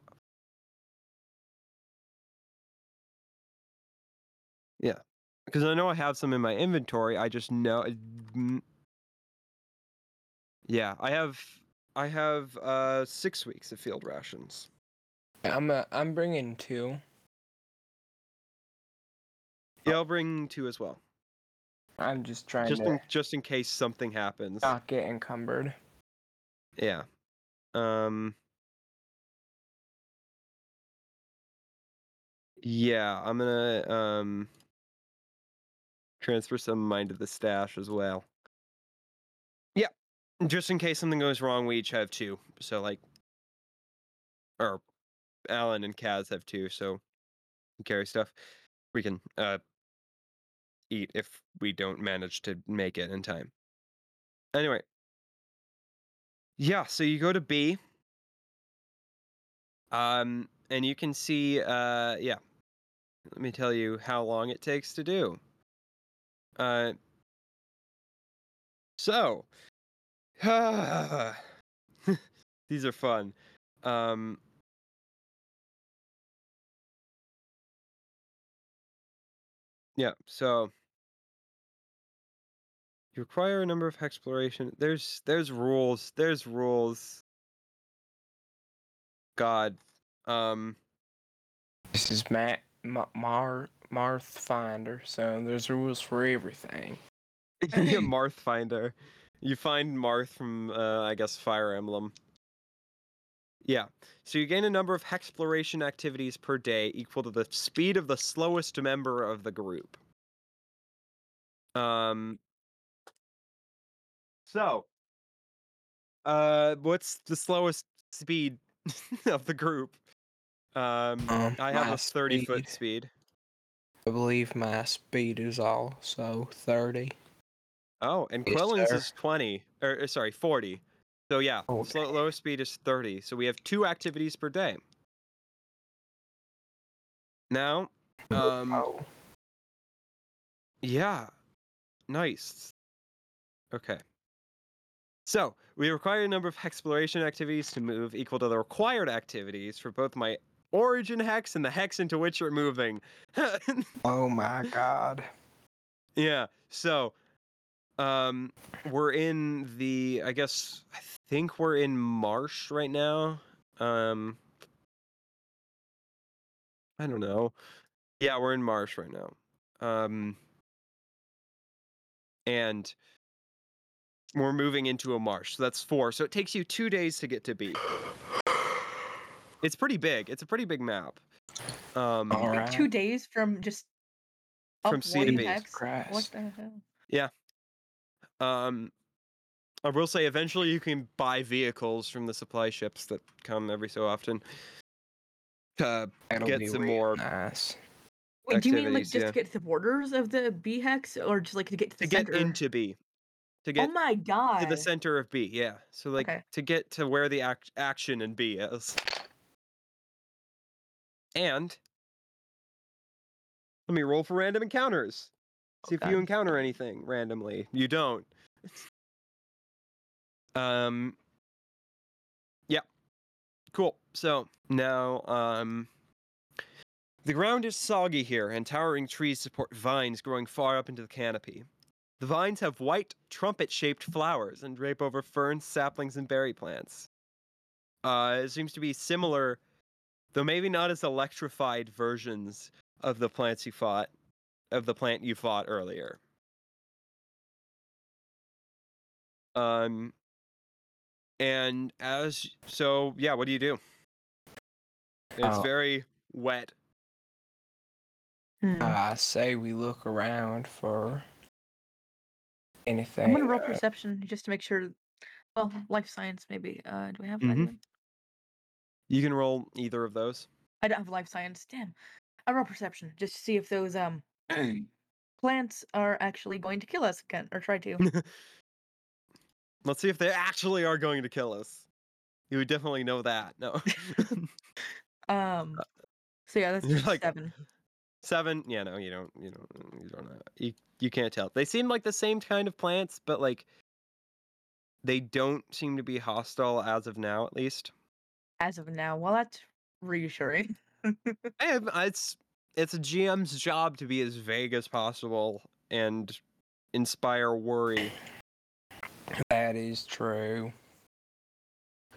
[SPEAKER 1] Yeah, because I know I have some in my inventory. I just know. mm, Yeah, I have. I have uh six weeks of field rations.
[SPEAKER 3] I'm uh, I'm bringing two.
[SPEAKER 1] Yeah, I'll bring two as well,
[SPEAKER 3] I'm just trying
[SPEAKER 1] just
[SPEAKER 3] to
[SPEAKER 1] in, just in case something happens.
[SPEAKER 3] not get encumbered.
[SPEAKER 1] Yeah. Um. Yeah, I'm gonna um transfer some of mine to the stash as well. Yeah, just in case something goes wrong, we each have two. So like, or Alan and Kaz have two, so we carry stuff. We can uh eat if we don't manage to make it in time. Anyway, yeah, so you go to B. Um, and you can see, uh, yeah. Let me tell you how long it takes to do. Uh, so, these are fun. Um, yeah, so you require a number of exploration. There's there's rules. There's rules. God. Um
[SPEAKER 3] This is Matt Ma- Mar Marth Finder, so there's rules for everything.
[SPEAKER 1] yeah, Marth Finder. You find Marth from uh, I guess Fire Emblem. Yeah. So you gain a number of exploration activities per day equal to the speed of the slowest member of the group. Um So uh what's the slowest speed of the group? Um
[SPEAKER 3] Um,
[SPEAKER 1] I have
[SPEAKER 3] my
[SPEAKER 1] a 30 foot
[SPEAKER 3] speed.
[SPEAKER 1] speed.
[SPEAKER 3] I believe my speed is also 30.
[SPEAKER 1] Oh, and
[SPEAKER 3] Yes,
[SPEAKER 1] Quillin's
[SPEAKER 3] sir.
[SPEAKER 1] is 20, or uh, sorry, 40. So yeah, the
[SPEAKER 3] Okay.
[SPEAKER 1] slow, lowest speed is 30. So we have two activities per day. Now, um,
[SPEAKER 3] oh,
[SPEAKER 1] yeah, nice. Okay. So we require a number of exploration activities to move equal to the required activities for both my origin hex and the hex into which you're moving.
[SPEAKER 3] oh my god.
[SPEAKER 1] Yeah. So, um, we're in the. I guess I think we're in Marsh right now. Um, I don't know. Yeah, we're in Marsh right now. Um, and we're moving into a marsh. So that's four. So it takes you two days to get to B. It's pretty big. It's a pretty big map. Um,
[SPEAKER 3] All
[SPEAKER 2] Like
[SPEAKER 3] right.
[SPEAKER 2] two days from just up
[SPEAKER 1] From C to
[SPEAKER 2] one
[SPEAKER 1] B.
[SPEAKER 2] hex? What
[SPEAKER 3] Christ.
[SPEAKER 2] the hell?
[SPEAKER 1] Um, I will say, eventually you can buy vehicles from the supply ships that come every so often. Uh,
[SPEAKER 3] That'll
[SPEAKER 1] Get
[SPEAKER 3] be
[SPEAKER 1] some
[SPEAKER 3] real
[SPEAKER 1] more-
[SPEAKER 3] Nice.
[SPEAKER 2] Wait, do you mean like
[SPEAKER 1] activities,
[SPEAKER 2] just
[SPEAKER 1] yeah.
[SPEAKER 2] to get to the borders of the B hex, or just like to get to the
[SPEAKER 1] to get
[SPEAKER 2] center?
[SPEAKER 1] into B, to get
[SPEAKER 2] oh my god!
[SPEAKER 1] to the center of B, yeah. So like
[SPEAKER 2] Okay.
[SPEAKER 1] to get to where the act- action in B is. And let me roll for random encounters. See if you
[SPEAKER 2] Okay.
[SPEAKER 1] encounter anything randomly. You don't. um. Yeah. Cool. So now, um. The ground is soggy here, and towering trees support vines growing far up into the canopy. The vines have white, trumpet shaped flowers and drape over ferns, saplings, and berry plants. Uh, it seems to be similar, though maybe not as electrified versions of the plants you fought, of the plant you fought earlier. Um, and as so, yeah, what do you do? It's
[SPEAKER 3] Oh.
[SPEAKER 1] very wet. uh,
[SPEAKER 2] Hmm.
[SPEAKER 3] I say we look around for anything.
[SPEAKER 2] I'm gonna roll
[SPEAKER 3] uh,
[SPEAKER 2] perception just to make sure. Well, life science maybe. Uh, do I have
[SPEAKER 1] Mhm.
[SPEAKER 2] that? one?
[SPEAKER 1] You can roll either of those.
[SPEAKER 2] I don't have life science. Damn. I roll perception just to see if those um plants are actually going to kill us again or try to. Um,
[SPEAKER 1] Let's see if they actually are going to kill us. You would definitely know that. No.
[SPEAKER 2] Um. So yeah, that's
[SPEAKER 1] Uh, You're
[SPEAKER 2] just
[SPEAKER 1] like,
[SPEAKER 2] seven.
[SPEAKER 1] Seven? Yeah, no, you don't. You don't. You don't know. You, you can't tell. They seem like the same kind of plants, but like they don't seem to be hostile as of now, at least.
[SPEAKER 2] As of now, well, that's reassuring.
[SPEAKER 1] I have- it's it's a GM's job to be as vague as possible and inspire worry.
[SPEAKER 3] That is true.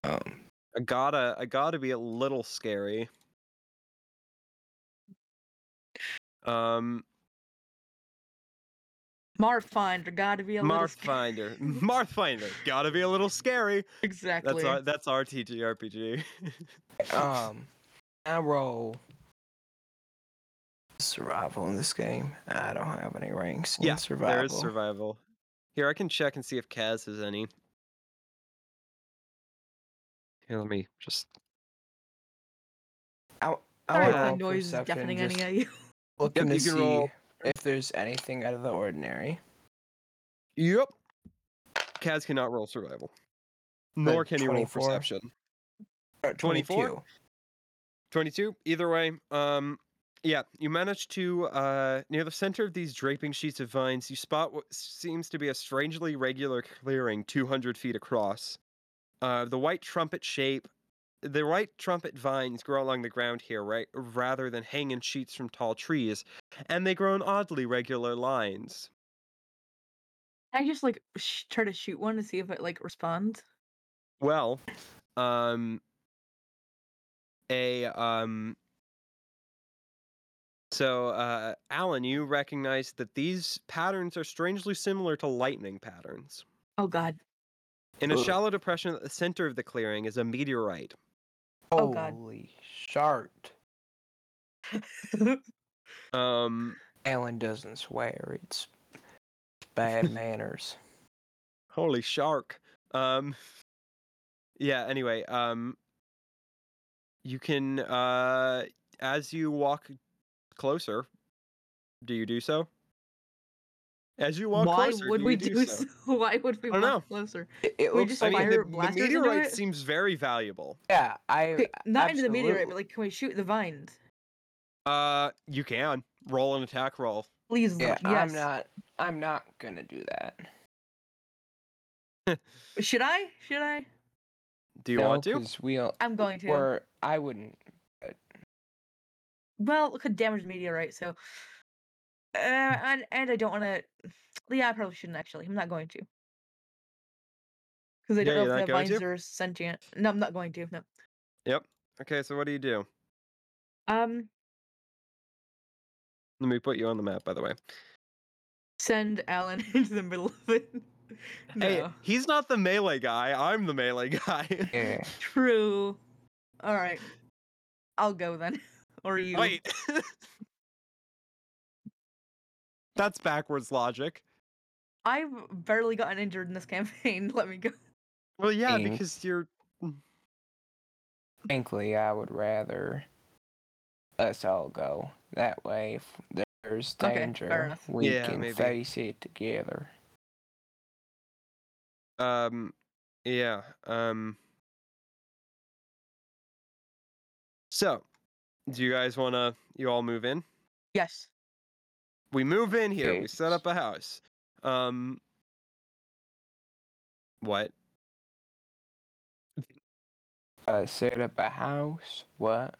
[SPEAKER 3] Um,
[SPEAKER 1] I gotta I gotta be a little scary. Um,
[SPEAKER 2] Marfinder, gotta be a little sca-
[SPEAKER 1] Marthfinder, Marthfinder, gotta be a little scary.
[SPEAKER 2] exactly.
[SPEAKER 1] That's our that's our TTRPG.
[SPEAKER 3] um, I roll survival in this game. I don't have any ranks in
[SPEAKER 1] Yeah,
[SPEAKER 3] survival.
[SPEAKER 1] there is survival. Here, I can check and see if Kaz has any. Here, let me just
[SPEAKER 3] I
[SPEAKER 2] Sorry
[SPEAKER 3] want
[SPEAKER 2] if
[SPEAKER 1] wanna
[SPEAKER 2] the
[SPEAKER 1] roll
[SPEAKER 2] noise is
[SPEAKER 3] perception,
[SPEAKER 2] deafening
[SPEAKER 3] just
[SPEAKER 2] any of you.
[SPEAKER 3] looking
[SPEAKER 1] Yep,
[SPEAKER 3] to
[SPEAKER 1] you
[SPEAKER 3] see
[SPEAKER 1] can roll.
[SPEAKER 3] if there's anything out of the ordinary.
[SPEAKER 1] Yep. Kaz cannot roll survival. Nor can he roll
[SPEAKER 3] 24.
[SPEAKER 1] perception.
[SPEAKER 3] Uh,
[SPEAKER 1] 24?
[SPEAKER 3] 22.
[SPEAKER 1] 22. Either way, um yeah, you manage to uh near the center of these draping sheets of vines, you spot what seems to be a strangely regular clearing 200 feet across. Uh the white trumpet shape the white trumpet vines grow along the ground here, right, rather than hang in sheets from tall trees, and they grow in oddly regular lines.
[SPEAKER 2] Can I just like sh- try to shoot one to see if it like responds?
[SPEAKER 1] Well, um, a um, so uh, Alan, you recognize that these patterns are strangely similar to lightning patterns.
[SPEAKER 2] Oh God.
[SPEAKER 1] In a
[SPEAKER 3] Ugh.
[SPEAKER 1] shallow depression at the center of the clearing is a meteorite.
[SPEAKER 2] Oh,
[SPEAKER 3] Holy
[SPEAKER 2] God.
[SPEAKER 3] shart.
[SPEAKER 1] Um,
[SPEAKER 3] Alan doesn't swear. It's bad manners.
[SPEAKER 1] holy shark. Um, yeah. Anyway, um, you can uh, as you walk closer, do you do so? As you walk
[SPEAKER 2] Why
[SPEAKER 1] closer,
[SPEAKER 2] would
[SPEAKER 1] do
[SPEAKER 2] we
[SPEAKER 1] you
[SPEAKER 2] do so? Why would we
[SPEAKER 1] I don't
[SPEAKER 2] walk
[SPEAKER 1] know.
[SPEAKER 2] closer?
[SPEAKER 3] It, it
[SPEAKER 2] We
[SPEAKER 3] looks
[SPEAKER 2] just
[SPEAKER 1] I
[SPEAKER 3] like
[SPEAKER 1] mean,
[SPEAKER 2] fire
[SPEAKER 1] the, the
[SPEAKER 2] blasters into
[SPEAKER 1] meteorite
[SPEAKER 2] it?
[SPEAKER 1] seems very valuable.
[SPEAKER 3] yeah. I
[SPEAKER 2] Okay, uh, not into the meteorite,
[SPEAKER 3] absolutely.
[SPEAKER 2] but like, can we shoot the vines?
[SPEAKER 1] Uh, you can roll an attack roll.
[SPEAKER 2] Please,
[SPEAKER 3] yeah.
[SPEAKER 2] Lord, yes.
[SPEAKER 3] I'm not. I'm not gonna do that.
[SPEAKER 2] Should I? Should I?
[SPEAKER 1] Do you want to?
[SPEAKER 3] we don't-
[SPEAKER 2] I'm going to.
[SPEAKER 3] Or I wouldn't.
[SPEAKER 2] Well, it could damage the meteorite, so. Uh, and, and I don't want to. Yeah, I probably shouldn't actually. I'm not going to. Because I
[SPEAKER 1] Yeah,
[SPEAKER 2] don't
[SPEAKER 1] you're
[SPEAKER 2] know
[SPEAKER 1] not
[SPEAKER 2] if the
[SPEAKER 1] going
[SPEAKER 2] vines
[SPEAKER 1] to?
[SPEAKER 2] are sentient. No, I'm not going to. No.
[SPEAKER 1] Okay, so what do you do?
[SPEAKER 2] Um,
[SPEAKER 1] Let me put you on the map, by the way.
[SPEAKER 2] send Alan into the middle of it. No.
[SPEAKER 1] Hey, he's not the melee guy. I'm the melee guy.
[SPEAKER 3] Yeah.
[SPEAKER 2] True. All right. I'll go then. or you.
[SPEAKER 1] Wait. That's backwards logic.
[SPEAKER 2] I've barely gotten injured in this campaign. Let me go.
[SPEAKER 1] Well, yeah,
[SPEAKER 3] Thanks.
[SPEAKER 1] because you're.
[SPEAKER 3] Frankly, I would rather us all go. That way, if there's
[SPEAKER 2] Okay, fair
[SPEAKER 3] danger,
[SPEAKER 2] enough.
[SPEAKER 3] we
[SPEAKER 1] Yeah,
[SPEAKER 3] can
[SPEAKER 1] maybe.
[SPEAKER 3] face it together.
[SPEAKER 1] Um, yeah. Um. So, do you guys wanna? You all move in.
[SPEAKER 2] Yes.
[SPEAKER 1] we move in here. We
[SPEAKER 3] Okay.
[SPEAKER 1] set up a house. Um, what?
[SPEAKER 3] Uh, set up a house. What?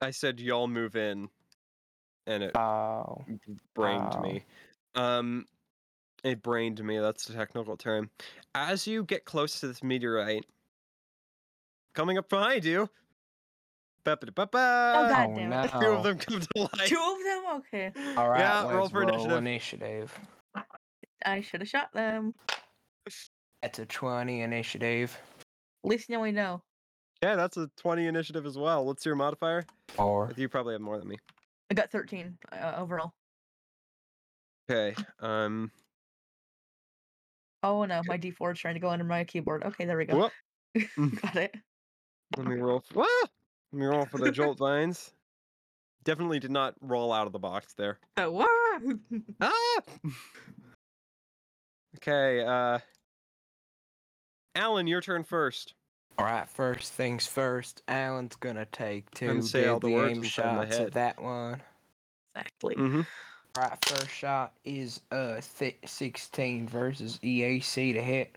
[SPEAKER 1] I said y'all move in, and it
[SPEAKER 3] Oh,
[SPEAKER 1] brained
[SPEAKER 3] Wow.
[SPEAKER 1] me. Um, it brained me. That's the technical term. As you get close to this meteorite, coming up behind you,
[SPEAKER 2] Oh,
[SPEAKER 1] ba-ba-da-ba-ba,
[SPEAKER 2] God
[SPEAKER 3] oh
[SPEAKER 2] damn it.
[SPEAKER 1] two
[SPEAKER 3] no.
[SPEAKER 1] of them come to life.
[SPEAKER 2] Two of them? Okay.
[SPEAKER 3] All right,
[SPEAKER 1] yeah,
[SPEAKER 3] let's
[SPEAKER 1] roll for initiative.
[SPEAKER 3] initiative.
[SPEAKER 2] I should have shot them.
[SPEAKER 3] That's a 20 initiative.
[SPEAKER 2] At least now we know.
[SPEAKER 1] Yeah, that's a twenty initiative as well. What's your modifier?
[SPEAKER 3] Or
[SPEAKER 1] You probably have more than me.
[SPEAKER 2] I got 13 uh, overall.
[SPEAKER 1] Okay. Um.
[SPEAKER 2] Oh no, my D4 is trying to go under my keyboard. Okay, there we go.
[SPEAKER 1] Whoop. Mm,
[SPEAKER 2] got it.
[SPEAKER 1] Let me roll. f- Ah! Let me roll for the jolt vines. Definitely did not roll out of the box there.
[SPEAKER 2] Oh, wow.
[SPEAKER 1] Ah! okay. Uh, Alan, your turn first.
[SPEAKER 3] All right, first things first. Alan's gonna take two
[SPEAKER 1] Didn't say all
[SPEAKER 3] big
[SPEAKER 1] the words
[SPEAKER 3] aim
[SPEAKER 1] was on my
[SPEAKER 3] shots
[SPEAKER 1] head.
[SPEAKER 3] at that one.
[SPEAKER 2] Exactly.
[SPEAKER 1] Mm-hmm.
[SPEAKER 3] All right, first shot is a th- 16 versus EAC to hit.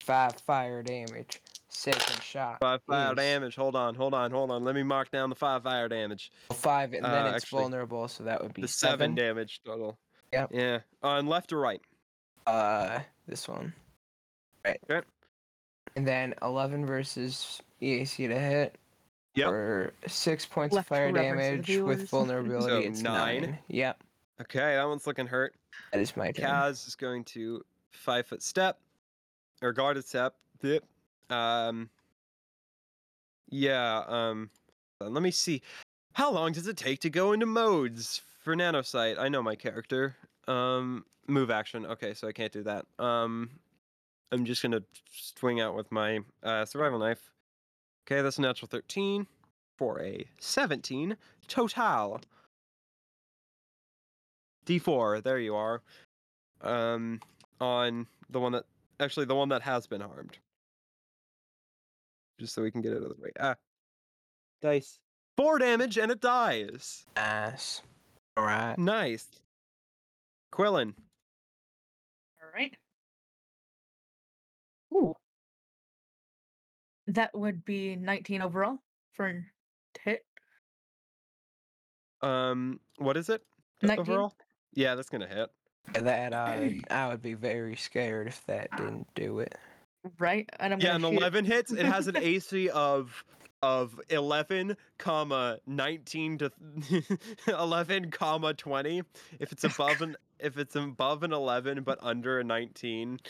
[SPEAKER 3] Five fire damage. Second shot.
[SPEAKER 1] Five fire
[SPEAKER 3] is
[SPEAKER 1] damage. Hold on, hold on, hold on. Let me mark down the five fire damage.
[SPEAKER 3] Five, and then
[SPEAKER 1] Uh,
[SPEAKER 3] it's
[SPEAKER 1] actually,
[SPEAKER 3] vulnerable, so that would be
[SPEAKER 1] The seven damage total.
[SPEAKER 3] Yep.
[SPEAKER 1] Yeah. On left or right?
[SPEAKER 3] Uh, this one. Right.
[SPEAKER 1] Okay.
[SPEAKER 3] And then 11 versus EAC to hit.
[SPEAKER 1] Yep.
[SPEAKER 3] For six points
[SPEAKER 2] Left
[SPEAKER 3] of fire
[SPEAKER 2] reference to the
[SPEAKER 3] damage with
[SPEAKER 2] viewers.
[SPEAKER 3] vulnerability.
[SPEAKER 1] So
[SPEAKER 3] it's
[SPEAKER 1] nine.
[SPEAKER 3] nine. Yep.
[SPEAKER 1] Okay, that one's looking hurt.
[SPEAKER 3] That is my turn.
[SPEAKER 1] Kaz is going to five foot step or guarded step. Dip. Um. Yeah. Um. uh, Let me see. How long does it take to go into modes for nanosite? I know my character. Um. Move action. Okay, so I can't do that. Um. I'm just gonna swing out with my uh, survival knife. Okay, that's a natural thirteen for a seventeen total. D4. There you are um, on the one that actually the one that has been harmed. Just so we can get it out of the way. Ah, dice. Four damage and it dies.
[SPEAKER 3] Nice. All right.
[SPEAKER 1] Nice. Quillen.
[SPEAKER 2] All right. Ooh. That would be 19 overall for n- to hit.
[SPEAKER 1] Um, what is it
[SPEAKER 2] 19.
[SPEAKER 1] overall? Yeah, that's gonna hit.
[SPEAKER 2] Mm.
[SPEAKER 3] That I would, I would be very scared if that didn't do it.
[SPEAKER 2] Right? And I'm
[SPEAKER 1] yeah, and
[SPEAKER 2] gonna shoot it-
[SPEAKER 1] eleven hits. It has an AC of of eleven comma nineteen to eleven comma twenty. If it's above an if it's above an eleven but under a nineteen,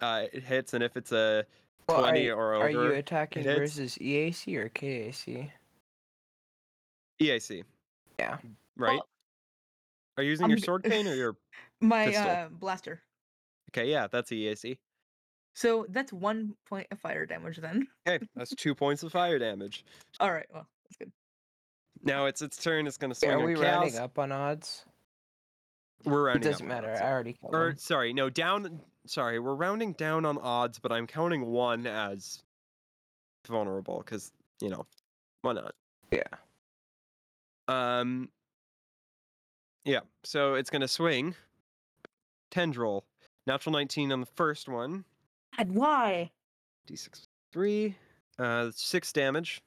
[SPEAKER 1] uh, it hits. And if it's a
[SPEAKER 3] Well, are,
[SPEAKER 1] twenty
[SPEAKER 3] you-
[SPEAKER 1] or
[SPEAKER 3] are you
[SPEAKER 1] over,
[SPEAKER 3] attacking
[SPEAKER 1] hits.
[SPEAKER 3] versus EAC or KAC?
[SPEAKER 1] EAC.
[SPEAKER 3] Yeah.
[SPEAKER 1] E Right.
[SPEAKER 2] Well,
[SPEAKER 1] Are you using
[SPEAKER 2] I'm
[SPEAKER 1] your
[SPEAKER 2] g-
[SPEAKER 1] sword cane or your?
[SPEAKER 2] my
[SPEAKER 1] pistol.
[SPEAKER 2] uh, blaster.
[SPEAKER 1] Okay, yeah, that's E EAC.
[SPEAKER 2] So that's one point of fire damage then.
[SPEAKER 1] Okay, that's two points of fire damage.
[SPEAKER 2] All right. Well, that's good.
[SPEAKER 1] Now it's its turn. It's gonna
[SPEAKER 3] Wait,
[SPEAKER 1] swing.
[SPEAKER 3] are
[SPEAKER 1] on
[SPEAKER 3] we
[SPEAKER 1] Kaz.
[SPEAKER 3] rounding up on odds?
[SPEAKER 1] We're
[SPEAKER 3] It
[SPEAKER 1] rounding. up
[SPEAKER 3] doesn't
[SPEAKER 1] on
[SPEAKER 3] matter.
[SPEAKER 1] odds,
[SPEAKER 3] I already killed
[SPEAKER 1] Or
[SPEAKER 3] him.
[SPEAKER 1] sorry, no, down. Sorry, we're rounding down on odds, but I'm counting one as vulnerable because you know why not?
[SPEAKER 3] Yeah.
[SPEAKER 1] Um. Yeah. So it's gonna swing. Tendril, natural 19 on the first one.
[SPEAKER 2] And why?
[SPEAKER 1] D6 three. Uh, six damage.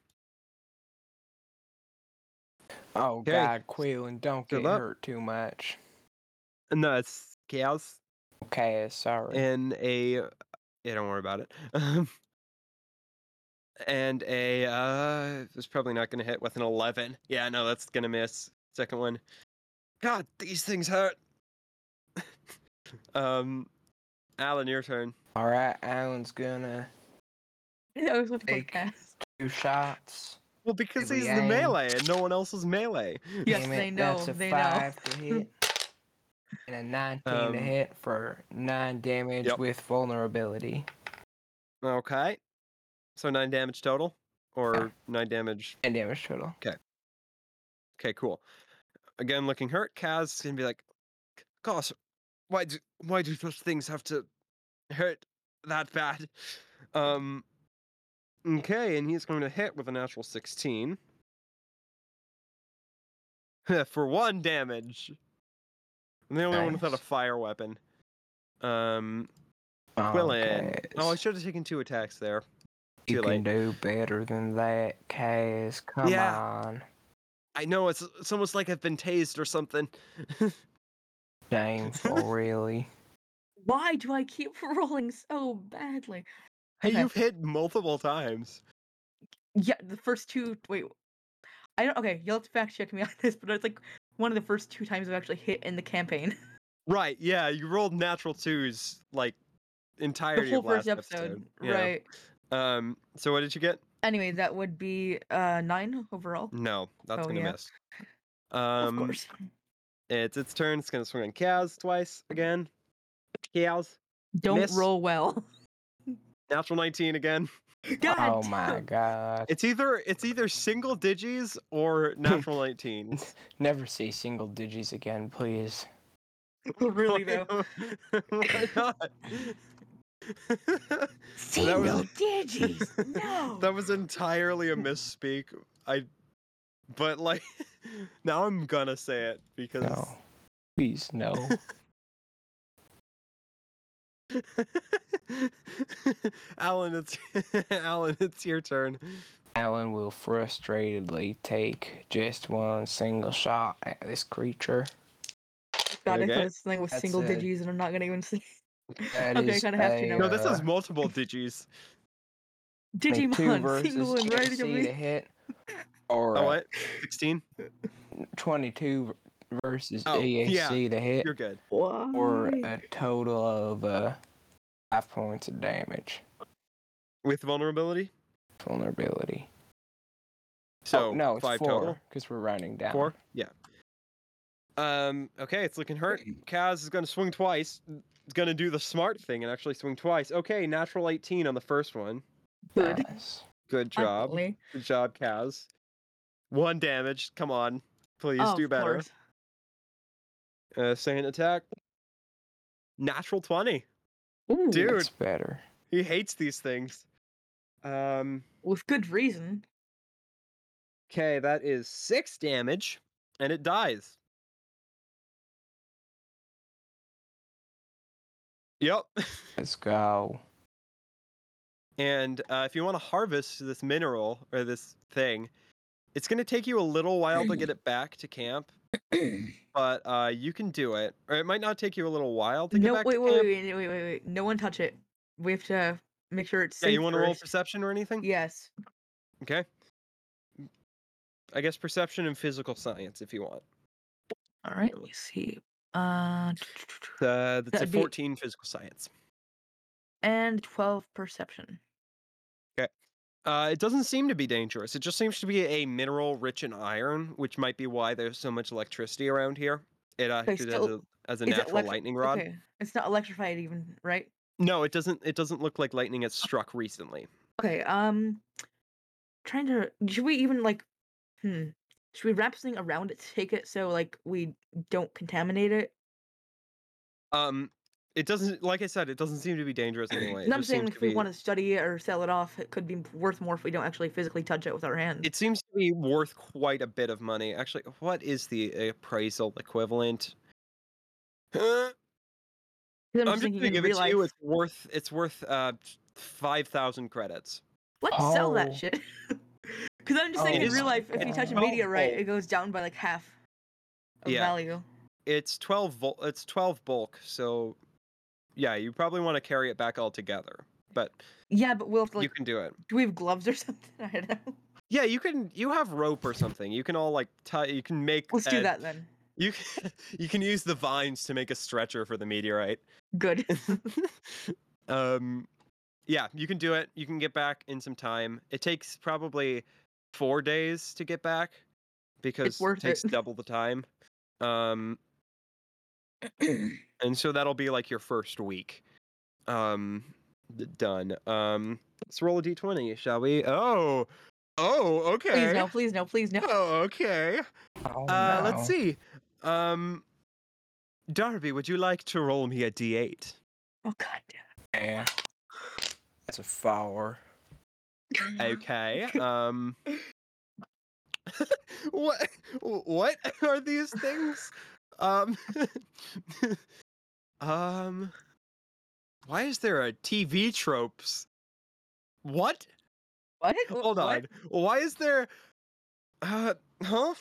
[SPEAKER 3] Oh
[SPEAKER 1] Okay.
[SPEAKER 3] God, Quaylen, don't
[SPEAKER 1] Good
[SPEAKER 3] get
[SPEAKER 1] luck.
[SPEAKER 3] hurt too much.
[SPEAKER 1] No, it's chaos.
[SPEAKER 3] Okay, sorry.
[SPEAKER 1] and a eh, yeah don't worry about it Um, and a uh it's probably not gonna hit with an 11 yeah no that's gonna miss second one god these things hurt um alan your turn
[SPEAKER 3] All right, Alan's gonna
[SPEAKER 2] I was looking
[SPEAKER 3] Like-
[SPEAKER 2] for cast.
[SPEAKER 3] do shots.
[SPEAKER 1] well because
[SPEAKER 3] Did we
[SPEAKER 1] he's the
[SPEAKER 3] aim?
[SPEAKER 1] melee and no one else is melee
[SPEAKER 2] Yes,
[SPEAKER 3] Damn it,
[SPEAKER 2] they know.
[SPEAKER 3] That's a
[SPEAKER 2] They know.
[SPEAKER 3] five to hit and a nineteen
[SPEAKER 1] Um,
[SPEAKER 3] to hit for nine damage
[SPEAKER 1] Yep.
[SPEAKER 3] with vulnerability.
[SPEAKER 1] okay so nine damage total or nine damage
[SPEAKER 3] And damage total.
[SPEAKER 1] Okay, cool. Again, looking hurt, Kaz is gonna be like, "Gosh, why do why do such things have to hurt that bad?" Um. Okay, and he's going to hit with a natural sixteen for one damage. I'm the only one without a
[SPEAKER 3] Nice.
[SPEAKER 1] fire weapon. Um, Quillen. Oh, I
[SPEAKER 3] Guys,
[SPEAKER 1] should have taken two attacks there.
[SPEAKER 3] Um, you
[SPEAKER 1] too late.
[SPEAKER 3] can do better than that, Kaz. Come
[SPEAKER 1] Yeah.
[SPEAKER 3] on,
[SPEAKER 1] I know it's it's almost like I've been tased or something.
[SPEAKER 3] shameful, really.
[SPEAKER 2] Why do I keep rolling so badly?
[SPEAKER 1] Hey,
[SPEAKER 2] Okay.
[SPEAKER 1] you've hit multiple times.
[SPEAKER 2] Yeah, the first two. Wait, I don't. Okay, you'll have to fact check me on this, but it's like one of the first two times I've actually hit in the campaign.
[SPEAKER 1] Right, yeah, you rolled natural twos like
[SPEAKER 2] the
[SPEAKER 1] entirety
[SPEAKER 2] whole
[SPEAKER 1] of last
[SPEAKER 2] first episode,
[SPEAKER 1] yeah.
[SPEAKER 2] right?
[SPEAKER 1] Um so what did you get?
[SPEAKER 2] Anyway, that would be uh nine overall.
[SPEAKER 1] No, that's
[SPEAKER 2] Oh,
[SPEAKER 1] gonna
[SPEAKER 2] yeah.
[SPEAKER 1] miss. Mm, Um
[SPEAKER 2] of course.
[SPEAKER 1] it's its turn, it's gonna swing on Kaz twice again. Kaz.
[SPEAKER 2] Don't
[SPEAKER 1] miss.
[SPEAKER 2] roll well.
[SPEAKER 1] Natural nineteen again.
[SPEAKER 2] God.
[SPEAKER 3] oh my
[SPEAKER 2] damn.
[SPEAKER 3] God.
[SPEAKER 1] It's either it's either single digis or natural nineteens.
[SPEAKER 3] Never say single digits again, please.
[SPEAKER 2] Really though.
[SPEAKER 1] Why not? That
[SPEAKER 2] Single
[SPEAKER 1] was-
[SPEAKER 2] digits. Oh, No.
[SPEAKER 1] that was entirely a misspeak. I, but like, now I'm gonna say it because
[SPEAKER 3] No. Please, no.
[SPEAKER 1] Alan, it's Alan, it's your turn.
[SPEAKER 3] Alan will frustratedly take just one single shot at this creature.
[SPEAKER 2] God, I
[SPEAKER 1] Okay.
[SPEAKER 2] thought it's something with
[SPEAKER 3] That's
[SPEAKER 2] single
[SPEAKER 3] a-
[SPEAKER 2] digits, and I'm not gonna even say.
[SPEAKER 3] That
[SPEAKER 2] Okay, I
[SPEAKER 3] is
[SPEAKER 2] kinda have to
[SPEAKER 3] a,
[SPEAKER 2] know.
[SPEAKER 1] No, this is
[SPEAKER 3] uh,
[SPEAKER 1] multiple digis.
[SPEAKER 3] a two
[SPEAKER 2] Digimon,
[SPEAKER 3] versus
[SPEAKER 2] single and ready to
[SPEAKER 3] JC to
[SPEAKER 2] leave.
[SPEAKER 3] hit, or
[SPEAKER 1] Oh,
[SPEAKER 3] a
[SPEAKER 1] what? 16?
[SPEAKER 3] 22 v- versus
[SPEAKER 1] Oh,
[SPEAKER 3] EAC
[SPEAKER 1] yeah,
[SPEAKER 3] to hit,
[SPEAKER 1] You're good.
[SPEAKER 3] or a total of uh, five points of damage.
[SPEAKER 1] With vulnerability?
[SPEAKER 3] Vulnerability.
[SPEAKER 1] So,
[SPEAKER 3] oh, no, it's
[SPEAKER 1] five total.
[SPEAKER 3] four because we're rounding down.
[SPEAKER 1] Four? Yeah. Um, okay, it's looking hurt. Kaz is going to swing twice. It's going to do the smart thing and actually swing twice. Okay, natural 18 on the first one.
[SPEAKER 2] Good.
[SPEAKER 3] Nice.
[SPEAKER 1] Good job.
[SPEAKER 2] Finally.
[SPEAKER 1] Good job, Kaz. One damage. Come on. Please
[SPEAKER 2] Oh,
[SPEAKER 1] do
[SPEAKER 2] of
[SPEAKER 1] better.
[SPEAKER 2] course.
[SPEAKER 1] Uh, second attack. Natural 20.
[SPEAKER 2] Ooh,
[SPEAKER 1] Dude.
[SPEAKER 3] That's better.
[SPEAKER 1] He hates these things. Um,
[SPEAKER 2] With good reason.
[SPEAKER 1] okay, that is six damage, and it dies. Yep.
[SPEAKER 3] Let's go.
[SPEAKER 1] And uh, if you want to harvest this mineral or this thing, it's going to take you a little while to get it back to camp,
[SPEAKER 3] Oh,
[SPEAKER 1] but uh, you can do it. Or it might not take you a little while to get
[SPEAKER 2] No,
[SPEAKER 1] back
[SPEAKER 2] wait, wait,
[SPEAKER 1] to camp.
[SPEAKER 2] wait, wait, wait, wait, wait. No one touch it. We have to make sure it's
[SPEAKER 1] Yeah,
[SPEAKER 2] safe
[SPEAKER 1] you want to roll
[SPEAKER 2] first.
[SPEAKER 1] perception or anything?
[SPEAKER 2] Yes.
[SPEAKER 1] Okay. I guess perception and physical science if you want.
[SPEAKER 2] All right. Let me see. Uh,
[SPEAKER 1] Uh, that's a
[SPEAKER 2] That'd be-
[SPEAKER 1] 14 physical science.
[SPEAKER 2] and twelve perception.
[SPEAKER 1] Uh, it doesn't seem to be dangerous. It just seems to be a mineral rich in iron, which might be why there's so much electricity around here. It acted as a,
[SPEAKER 2] still-
[SPEAKER 1] as a
[SPEAKER 2] is it
[SPEAKER 1] natural
[SPEAKER 2] electri-
[SPEAKER 1] lightning rod.
[SPEAKER 2] Okay. It's not electrified even, right?
[SPEAKER 1] No, it doesn't. It doesn't look like lightning has struck recently.
[SPEAKER 2] Okay. Um, trying to. Should we even like? Hmm. Should we wrap something around it to take it so like we don't contaminate it?
[SPEAKER 1] Um, it doesn't. Like I said, it doesn't seem to be dangerous anyway.
[SPEAKER 2] No, I'm saying if we want to study it or sell it off, it could be worth more if we don't actually physically touch it with our hands.
[SPEAKER 1] It seems to be worth quite a bit of money. Actually, what is the appraisal equivalent? Uh,
[SPEAKER 2] 'Cause
[SPEAKER 1] I'm just
[SPEAKER 2] thinking
[SPEAKER 1] gonna
[SPEAKER 2] in
[SPEAKER 1] give it
[SPEAKER 2] real
[SPEAKER 1] to you.
[SPEAKER 2] life-
[SPEAKER 1] It's worth. It's worth uh, five thousand credits.
[SPEAKER 2] Let's sell
[SPEAKER 3] Oh.
[SPEAKER 2] that shit. Because I'm just saying
[SPEAKER 1] It
[SPEAKER 2] in
[SPEAKER 1] is-
[SPEAKER 2] real life, if you touch a
[SPEAKER 1] it's
[SPEAKER 2] meteorite,
[SPEAKER 1] helpful.
[SPEAKER 2] it goes down by like half of
[SPEAKER 1] Oh. Yeah.
[SPEAKER 2] value.
[SPEAKER 1] it's 12 vol- it's 12 bulk so yeah you probably want to carry it back all together but
[SPEAKER 2] Yeah, but we'll have to
[SPEAKER 1] you
[SPEAKER 2] like,
[SPEAKER 1] can do it
[SPEAKER 2] do we have gloves or something? I don't know.
[SPEAKER 1] yeah you can you have rope or something you can all like tie you can make
[SPEAKER 2] Let's
[SPEAKER 1] a-
[SPEAKER 2] do that then.
[SPEAKER 1] you can, you can use the vines to make a stretcher for the meteorite
[SPEAKER 2] Good.
[SPEAKER 1] um yeah you can do it you can get back in some time it takes probably four days to get back because
[SPEAKER 2] worth
[SPEAKER 1] it takes
[SPEAKER 2] it.
[SPEAKER 1] double the time um and so that'll be like your first week um d- done um let's roll a d20 shall we oh oh
[SPEAKER 2] please
[SPEAKER 1] okay
[SPEAKER 2] no, please no, please no.
[SPEAKER 1] oh okay
[SPEAKER 3] Oh,
[SPEAKER 1] uh
[SPEAKER 3] no.
[SPEAKER 1] let's see um darby would you like to roll me a d8
[SPEAKER 2] Oh god. damn
[SPEAKER 3] Yeah. That's a four.
[SPEAKER 2] it.
[SPEAKER 1] okay um what what are these things um um why is there a tv tropes what
[SPEAKER 2] What?
[SPEAKER 1] hold on
[SPEAKER 2] What?
[SPEAKER 1] why is there uh huh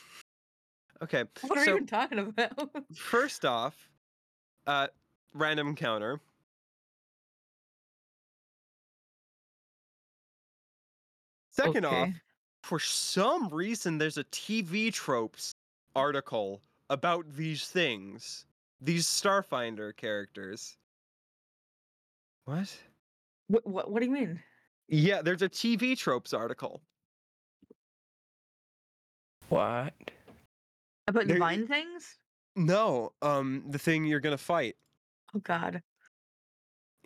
[SPEAKER 1] okay
[SPEAKER 2] What are
[SPEAKER 1] so
[SPEAKER 2] you even talking about?
[SPEAKER 1] first off uh random counter second off
[SPEAKER 2] Okay.
[SPEAKER 1] for some reason there's a TV tropes article about these things. These Starfinder characters. What?
[SPEAKER 2] What, what what do you mean?
[SPEAKER 1] Yeah, there's a TV tropes article.
[SPEAKER 3] What?
[SPEAKER 2] About
[SPEAKER 1] There-
[SPEAKER 2] divine things?
[SPEAKER 1] No, um the thing you're going to fight.
[SPEAKER 2] Oh god.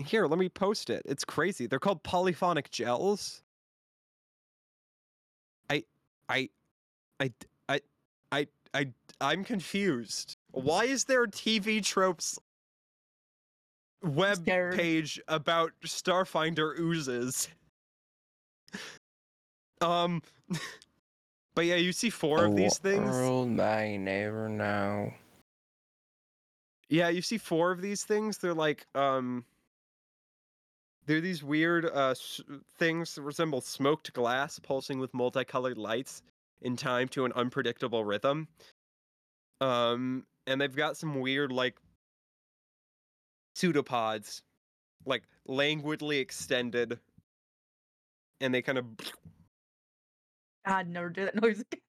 [SPEAKER 1] Here, let me post it. It's crazy. They're called polyphonic gels. I I I d- I I I I'm confused. Why is there TV tropes web
[SPEAKER 2] scared.
[SPEAKER 1] page about Starfinder oozes. Um, but yeah, you see four
[SPEAKER 3] Oh,
[SPEAKER 1] of these things.
[SPEAKER 3] World I never know.
[SPEAKER 1] Yeah, you see four of these things. They're like um, they're these weird uh s things that resemble smoked glass, pulsing with multicolored lights in time to an unpredictable rhythm. Um, and they've got some weird like pseudopods, like languidly extended, and they kind of
[SPEAKER 2] God, never do that noise. again.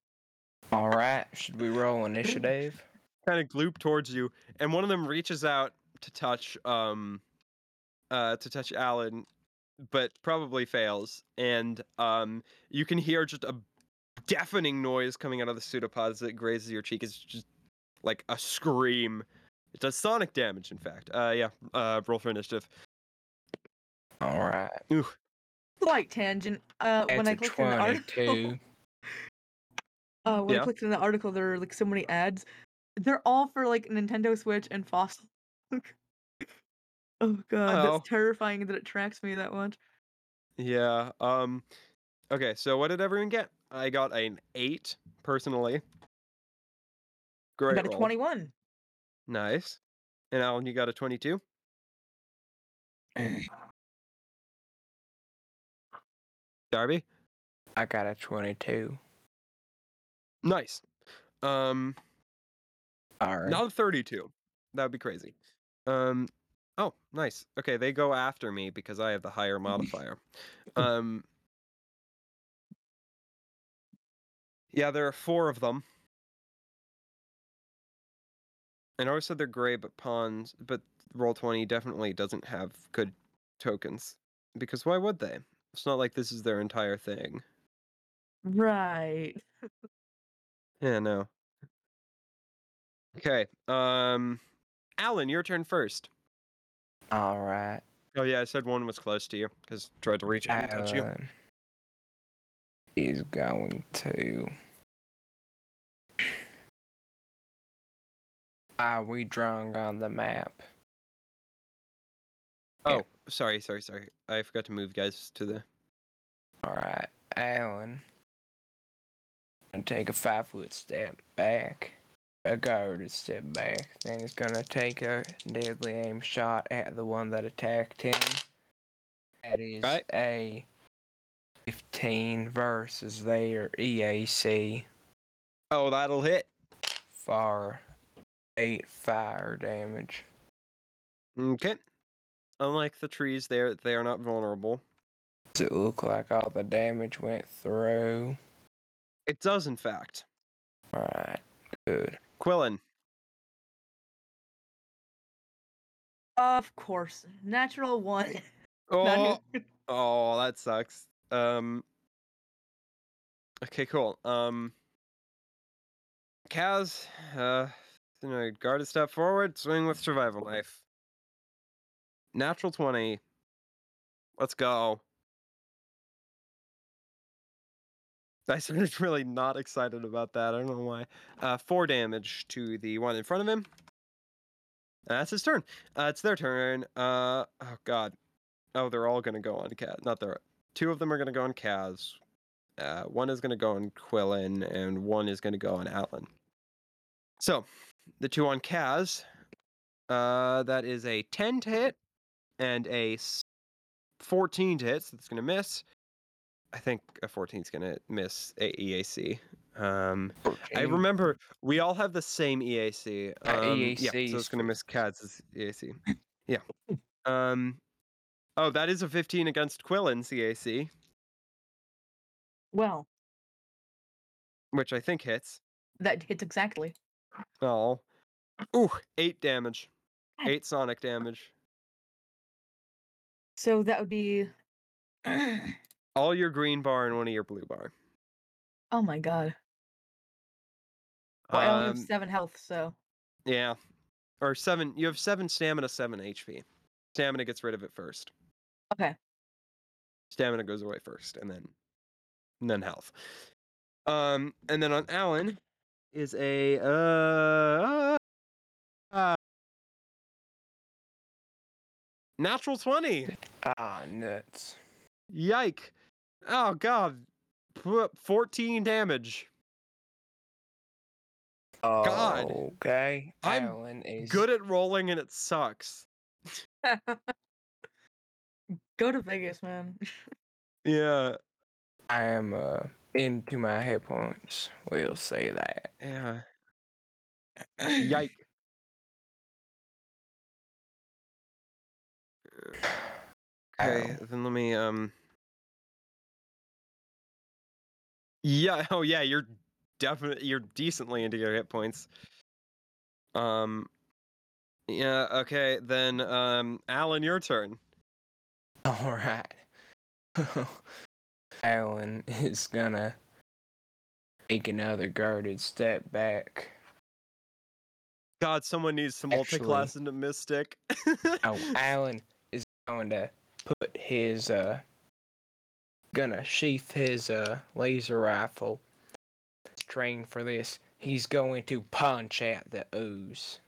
[SPEAKER 3] All right, should we roll initiative?
[SPEAKER 1] kind of gloop towards you, and one of them reaches out to touch um uh to touch Alan, but probably fails, and um you can hear just a deafening noise coming out of the pseudopods that grazes your cheek. It's just like a scream. It does sonic damage, in fact. Uh yeah, uh roll for initiative.
[SPEAKER 3] All right.
[SPEAKER 2] Slight tangent. Uh, when
[SPEAKER 3] It's
[SPEAKER 2] I
[SPEAKER 3] a
[SPEAKER 2] clicked on the article,
[SPEAKER 3] twenty-two.
[SPEAKER 2] uh, when
[SPEAKER 1] Yeah.
[SPEAKER 2] I clicked on the article, there are like so many ads. They're all for like Nintendo Switch and Fossil. oh god,
[SPEAKER 1] Oh.
[SPEAKER 2] that's terrifying that it tracks me that much.
[SPEAKER 1] Yeah. Um okay, so what did everyone get? I got an 8 personally.
[SPEAKER 2] I
[SPEAKER 1] Great.
[SPEAKER 2] got a
[SPEAKER 1] roll.
[SPEAKER 2] twenty-one.
[SPEAKER 1] Nice. And Alan, you got a 22? Darby?
[SPEAKER 3] I got a twenty-two.
[SPEAKER 1] Nice. Um,
[SPEAKER 3] All right.
[SPEAKER 1] not a 32. That would be crazy. Um, oh, nice. Okay, they go after me because I have the higher modifier. Um, yeah, there are four of them. And I always said they're gray, but pawns, but roll twenty definitely doesn't have good tokens because why would they? It's not like this is their entire thing.
[SPEAKER 2] Right.
[SPEAKER 1] Yeah, no. Okay. Um Alan, your turn first.
[SPEAKER 3] All right.
[SPEAKER 1] Oh yeah, I said one was close to you because tried to reach out and touch you.
[SPEAKER 3] Alan is Uh, going to. Are Ah, we drawing on the map?
[SPEAKER 1] Oh, sorry, sorry, sorry. I forgot to move guys to the
[SPEAKER 3] All right, Alan. And take a five foot step back, a guarded step back. Then he's gonna take a deadly aim shot at the one that attacked him. That is
[SPEAKER 1] Right.
[SPEAKER 3] a fifteen versus their E EAC
[SPEAKER 1] Oh, that'll hit.
[SPEAKER 3] for eight fire damage.
[SPEAKER 1] Okay. Unlike the trees there, they are not vulnerable.
[SPEAKER 3] Does it look like all the damage went through?
[SPEAKER 1] It does in fact.
[SPEAKER 3] All right, good.
[SPEAKER 1] Quillen.
[SPEAKER 2] Of course, natural one.
[SPEAKER 1] Oh,
[SPEAKER 2] Not his-
[SPEAKER 1] oh that sucks. Um Okay, cool. Um Kaz, uh you know, guard a step forward, swing with survival knife. Natural 20. Let's go. I sounded really not excited about that. I don't know why. Uh, four damage to the one in front of him. And that's his turn. Uh, it's their turn. Uh, oh God. Oh, they're all gonna go on Kaz. Not their. Two of them are gonna go on Kaz. Uh, one is gonna go on Quillen, and one is gonna go on Atlan. So, the two on Kaz. Uh, that is a ten to hit, and a s- fourteen to hit. So that's gonna miss. I think a 14's gonna miss a EAC. Um, I
[SPEAKER 3] 14.
[SPEAKER 1] remember we all have the same EAC.
[SPEAKER 3] Uh,
[SPEAKER 1] Um, yeah,
[SPEAKER 2] E
[SPEAKER 3] EAC
[SPEAKER 1] so
[SPEAKER 3] is
[SPEAKER 1] it's gonna miss Kaz's EAC. Yeah. Um. Oh, that is a 15 against Quillen's E EAC,
[SPEAKER 2] Well,
[SPEAKER 1] which I think hits.
[SPEAKER 2] that hits exactly.
[SPEAKER 1] Oh. Ooh, eight damage.
[SPEAKER 2] God.
[SPEAKER 1] Eight sonic damage.
[SPEAKER 2] So that would be.
[SPEAKER 1] All your green bar and one of your blue bar.
[SPEAKER 2] oh my god. Well, I only have
[SPEAKER 1] Um,
[SPEAKER 2] seven health, so
[SPEAKER 1] yeah. Or seven. You have seven stamina, seven HP. Stamina gets rid of it first.
[SPEAKER 2] Okay.
[SPEAKER 1] Stamina goes away first, and then, and then health. Um, and then on Alan is a ah. uh, uh Natural 20.
[SPEAKER 3] Ah, nuts.
[SPEAKER 1] Yike. Oh, God. P- 14 damage. God.
[SPEAKER 3] Okay.
[SPEAKER 1] I'm
[SPEAKER 3] Alan is
[SPEAKER 1] Good at rolling and it sucks.
[SPEAKER 2] Go to Vegas, man.
[SPEAKER 1] Yeah.
[SPEAKER 3] I am uh, into my hit points. We'll say that.
[SPEAKER 1] Yeah. Yike. Okay, then let me um Yeah, oh yeah, you're definitely you're decently into your hit points. Um Yeah, okay, then um Alan, your turn.
[SPEAKER 3] All right. Alan is gonna take another guarded step back.
[SPEAKER 1] God, someone needs to
[SPEAKER 3] Actually-
[SPEAKER 1] multiclass into mystic.
[SPEAKER 3] Oh, Alan is going to put his uh, gonna sheath his uh laser rifle. Trained for this, he's going to punch at the ooze.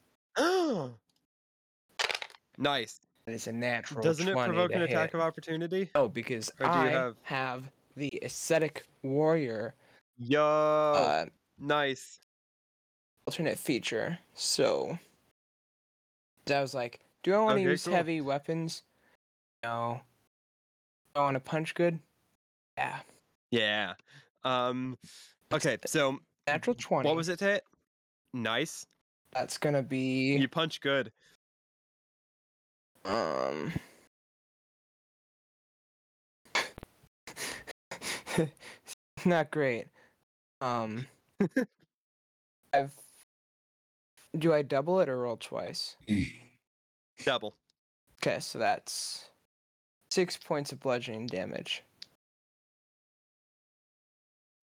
[SPEAKER 1] nice.
[SPEAKER 3] That is a natural.
[SPEAKER 1] Doesn't it
[SPEAKER 3] 20
[SPEAKER 1] provoke
[SPEAKER 3] to
[SPEAKER 1] an
[SPEAKER 3] hit.
[SPEAKER 1] attack of opportunity?
[SPEAKER 3] Oh, because
[SPEAKER 1] Or do you
[SPEAKER 3] I
[SPEAKER 1] have-
[SPEAKER 3] have... the ascetic warrior
[SPEAKER 1] Yo,
[SPEAKER 3] uh,
[SPEAKER 1] nice.
[SPEAKER 3] alternate feature. So, so I was like, do I want to
[SPEAKER 1] Okay,
[SPEAKER 3] use
[SPEAKER 1] cool.
[SPEAKER 3] heavy weapons? No. Do I want to punch good? Yeah.
[SPEAKER 1] Yeah. Um. Okay. So
[SPEAKER 3] Natural twenty.
[SPEAKER 1] what was it to hit? Nice.
[SPEAKER 3] That's gonna be
[SPEAKER 1] You punch good.
[SPEAKER 3] um. Not great. Um. I've. Do I double it or roll twice?
[SPEAKER 1] Double.
[SPEAKER 3] Okay, so that's six points of bludgeoning damage.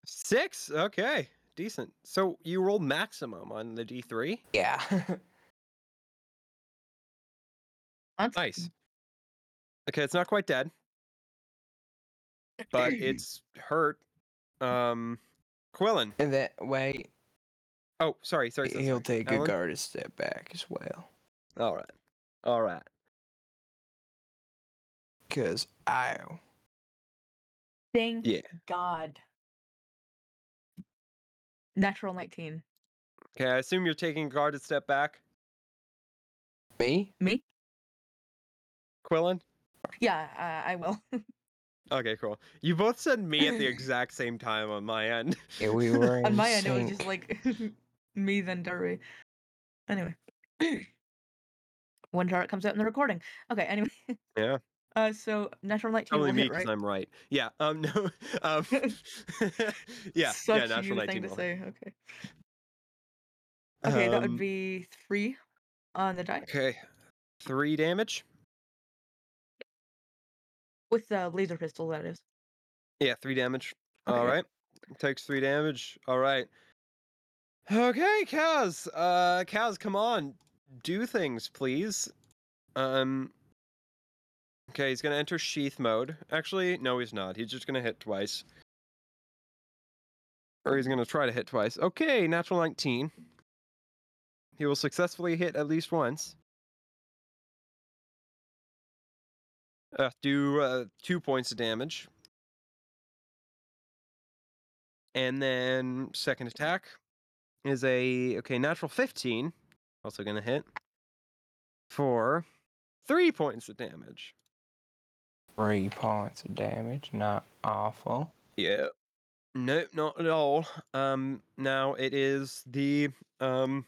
[SPEAKER 1] Six. Okay. Decent. So you roll maximum on the D3.
[SPEAKER 3] Yeah. Mm.
[SPEAKER 2] That's
[SPEAKER 1] Nice. Okay, it's not quite dead, but it's hurt. Um, Quillen.
[SPEAKER 3] and that way
[SPEAKER 1] Oh, sorry, sorry. sorry,
[SPEAKER 3] he'll
[SPEAKER 1] sorry.
[SPEAKER 3] take a
[SPEAKER 1] Alan?
[SPEAKER 3] guarded step back as well.
[SPEAKER 1] All right. All right.
[SPEAKER 3] Cause I
[SPEAKER 2] Thank
[SPEAKER 1] Yeah.
[SPEAKER 2] God. Natural 19.
[SPEAKER 1] Okay, I assume you're taking a guarded step back,
[SPEAKER 3] me?
[SPEAKER 2] Me?
[SPEAKER 1] Quillen.
[SPEAKER 2] Yeah, uh, I will.
[SPEAKER 1] Okay, cool. You both said me at the exact same time on my end.
[SPEAKER 3] Yeah, we were
[SPEAKER 2] On my end, it was just like me then Derby. Anyway, one chart comes out in the recording. Okay. Anyway.
[SPEAKER 1] Yeah.
[SPEAKER 2] Uh, so natural nineteen
[SPEAKER 1] Only
[SPEAKER 2] will
[SPEAKER 1] me
[SPEAKER 2] hit,
[SPEAKER 1] because
[SPEAKER 2] right?
[SPEAKER 1] I'm right. Yeah. Um. No. Um. yeah.
[SPEAKER 2] Such
[SPEAKER 1] yeah.
[SPEAKER 2] you
[SPEAKER 1] Natural
[SPEAKER 2] thing
[SPEAKER 1] nineteen.
[SPEAKER 2] to
[SPEAKER 1] will hit.
[SPEAKER 2] say. Okay. Okay, that
[SPEAKER 1] Um,
[SPEAKER 2] would be three on the die
[SPEAKER 1] Okay. Three damage.
[SPEAKER 2] with the laser pistol. That is.
[SPEAKER 1] Yeah. Three damage. All
[SPEAKER 2] Okay.
[SPEAKER 1] right. Takes three damage. All right. Okay, Kaz. Uh, Kaz, come on. Do things, please. Um. Okay, he's gonna enter sheath mode. Actually, no, he's not. He's just gonna hit twice. Or he's gonna try to hit twice. Okay, natural 19. He will successfully hit at least once. Uh, do uh, two points of damage. And then second attack is a okay natural 15 also gonna hit for three points of damage
[SPEAKER 3] three points of damage, not awful.
[SPEAKER 1] yeah nope not at all um now it is the um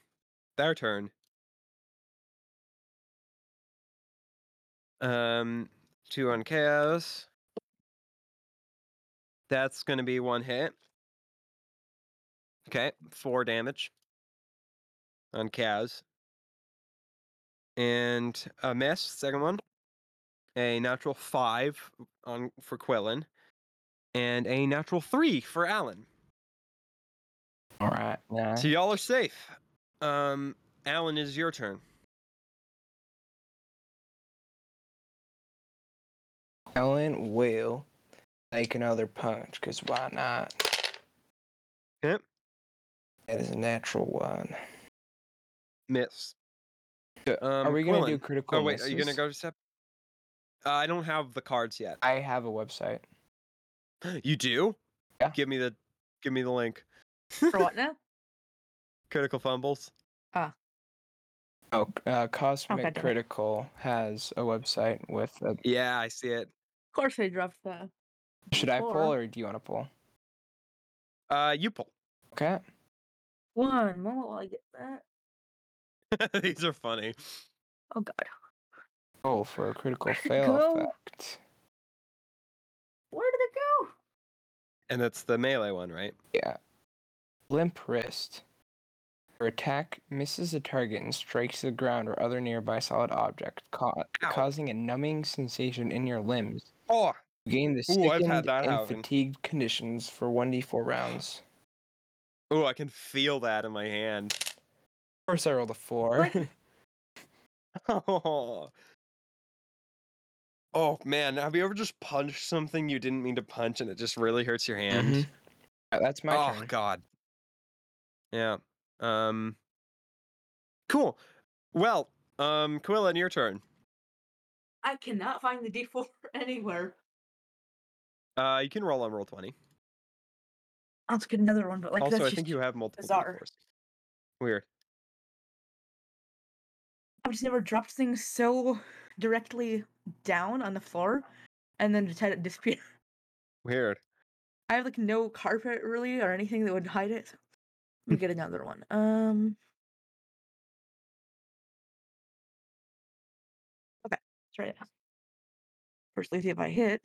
[SPEAKER 1] their turn um two on chaos that's gonna be one hit okay four damage on Kaz. And a miss, second one. A natural five on for Quillen. And a natural three for Alan.
[SPEAKER 3] Alright, nice.
[SPEAKER 1] So y'all are safe. Um Alan it is your turn.
[SPEAKER 3] Alan will take another punch, because why not?
[SPEAKER 1] Yep.
[SPEAKER 3] That is a natural one.
[SPEAKER 1] Miss.
[SPEAKER 3] So,
[SPEAKER 1] Um,
[SPEAKER 3] are we going
[SPEAKER 1] Quillen.
[SPEAKER 3] to do critical
[SPEAKER 1] Um, Oh wait, are you gonna
[SPEAKER 3] misses?
[SPEAKER 1] go to step? Uh, I don't have the cards yet.
[SPEAKER 3] I have a website.
[SPEAKER 1] You do?
[SPEAKER 3] Yeah.
[SPEAKER 1] Give me the give me the link.
[SPEAKER 2] For what now?
[SPEAKER 1] Critical fumbles.
[SPEAKER 3] Oh, uh, Cosmic
[SPEAKER 2] goddammit.
[SPEAKER 3] Critical has a website with. A,
[SPEAKER 1] Yeah, I see it.
[SPEAKER 2] Of course I dropped that.
[SPEAKER 3] should I pull
[SPEAKER 2] Or-
[SPEAKER 3] or do you want to pull?
[SPEAKER 1] Uh, you pull.
[SPEAKER 3] Okay.
[SPEAKER 2] One moment while I get that.
[SPEAKER 1] These are funny.
[SPEAKER 2] Oh god.
[SPEAKER 3] Roll for a critical
[SPEAKER 2] Critical.
[SPEAKER 3] fail effect.
[SPEAKER 2] Where did it go?
[SPEAKER 1] And that's the melee one, right?
[SPEAKER 3] Yeah. Limp wrist. Your attack misses the target and strikes the ground or other nearby solid object, ca-
[SPEAKER 1] Ow.
[SPEAKER 3] causing a numbing sensation in your limbs.
[SPEAKER 1] Oh,
[SPEAKER 3] You gain the
[SPEAKER 1] Ooh, I've
[SPEAKER 3] sickened
[SPEAKER 1] had that
[SPEAKER 3] and
[SPEAKER 1] happen.
[SPEAKER 3] fatigued conditions for 1d4 rounds.
[SPEAKER 1] oh, I can feel that in my hand.
[SPEAKER 3] Of course, I rolled a 4.
[SPEAKER 1] Oh. Oh man, have you ever just punched something you didn't mean to punch and it just really hurts your hand?
[SPEAKER 2] Mm-hmm.
[SPEAKER 3] Mhm. Uh, That's my
[SPEAKER 1] oh
[SPEAKER 3] turn.
[SPEAKER 1] god. Yeah. Um Cool. Well, um Quillan, your turn.
[SPEAKER 2] I cannot find the D4 anywhere.
[SPEAKER 1] Uh you can roll on roll 20.
[SPEAKER 2] I'll just get another one, but like
[SPEAKER 1] also,
[SPEAKER 2] that's
[SPEAKER 1] I
[SPEAKER 2] just,
[SPEAKER 1] think you have multiple
[SPEAKER 2] bizarre.
[SPEAKER 1] D4s. Weird.
[SPEAKER 2] I've just never dropped things so directly down on the floor and then just had it disappear.
[SPEAKER 1] Weird.
[SPEAKER 2] I have like no carpet really or anything that would hide it. so
[SPEAKER 1] Mm.
[SPEAKER 2] Let me get another one. Um. Okay, let's try it out. First, let's see if I hit.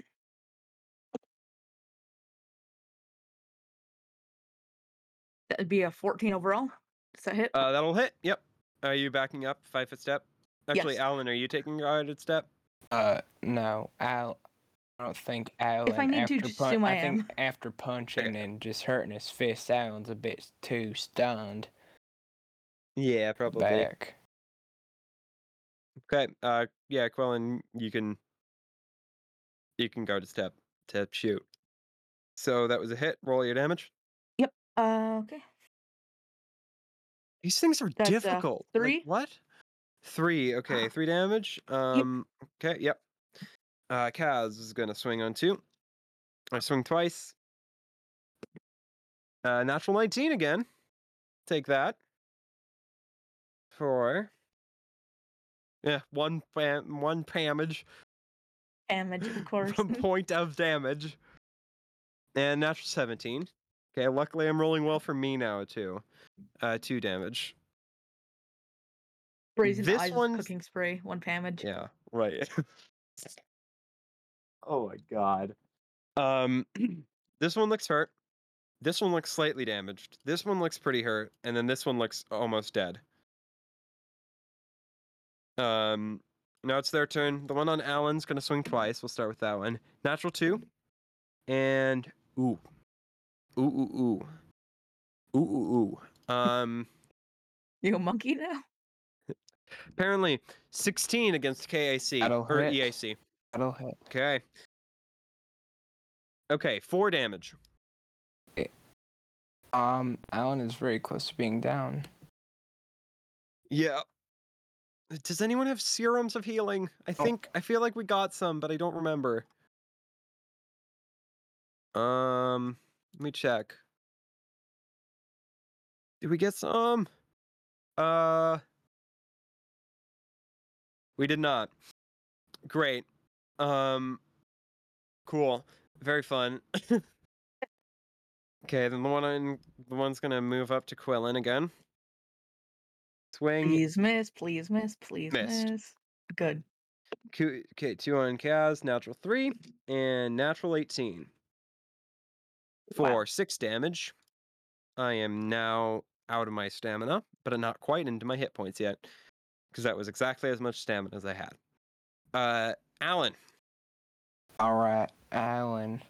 [SPEAKER 2] That would be a 14 overall. Does that hit?
[SPEAKER 1] Uh that'll hit. Yep. Are you backing up five foot step? Actually,
[SPEAKER 2] Yes.
[SPEAKER 1] Alan, are you taking guided step?
[SPEAKER 3] Uh, no, Al. I don't think Alan.
[SPEAKER 2] I need to,
[SPEAKER 3] after
[SPEAKER 2] just
[SPEAKER 3] pun-
[SPEAKER 2] assume I
[SPEAKER 3] I think
[SPEAKER 2] am.
[SPEAKER 3] after punching and just hurting his fist, Alan's a bit too stunned.
[SPEAKER 1] Yeah, probably.
[SPEAKER 3] Back.
[SPEAKER 1] Okay. Uh yeah, Quillan, you can you can go to step to shoot. So that was a hit. Roll your damage.
[SPEAKER 2] Uh, okay.
[SPEAKER 1] These things are
[SPEAKER 2] That's, uh,
[SPEAKER 1] difficult. Like,
[SPEAKER 2] three. Ah.
[SPEAKER 1] what? Three. Okay, three damage. Um okay, yep. Uh Kaz is gonna swing on two. I swing twice. Uh natural 19 again. Take that. Four. Yeah, one pam- one pamage.
[SPEAKER 2] Damage, of course.
[SPEAKER 1] One point of damage. And natural 17. Okay, luckily I'm rolling well for me now, too. Uh, two damage.
[SPEAKER 2] Brazen
[SPEAKER 1] this
[SPEAKER 2] eyes with
[SPEAKER 1] one's-
[SPEAKER 2] cooking spray, one damage.
[SPEAKER 1] Yeah, right. oh my god. Um, this one looks hurt. This one looks slightly damaged. This one looks pretty hurt, and then this one looks almost dead. Um, now it's their turn. The one on Allen's gonna swing twice. We'll start with that one. Natural two, and ooh, ooh, ooh, ooh, ooh, ooh, ooh. Um.
[SPEAKER 2] You a monkey now?
[SPEAKER 1] Apparently, 16 against KAC
[SPEAKER 3] That'll
[SPEAKER 1] or E
[SPEAKER 3] hit.
[SPEAKER 1] EAC.
[SPEAKER 3] That'll hit.
[SPEAKER 1] Okay. Okay, four damage.
[SPEAKER 3] Um, Alan is very close to being down.
[SPEAKER 1] Yeah. Does anyone have serums of healing? I
[SPEAKER 3] Oh.
[SPEAKER 1] think I feel like we got some, but I don't remember. Um, let me check. Did we get some? Uh, we did not. Great. Um, cool. Very fun. okay, then the one on, the one's gonna move up to Quillen again. Swing.
[SPEAKER 2] Please miss, please miss, please
[SPEAKER 1] Missed.
[SPEAKER 2] miss. Good.
[SPEAKER 1] Q- Okay, two on Kaz, natural three, and natural 18. For
[SPEAKER 2] Wow.
[SPEAKER 1] six damage. I am now out of my stamina, but I'm not quite into my hit points yet, because that was exactly as much stamina as I had. Uh, Alan,
[SPEAKER 3] All right, Alan.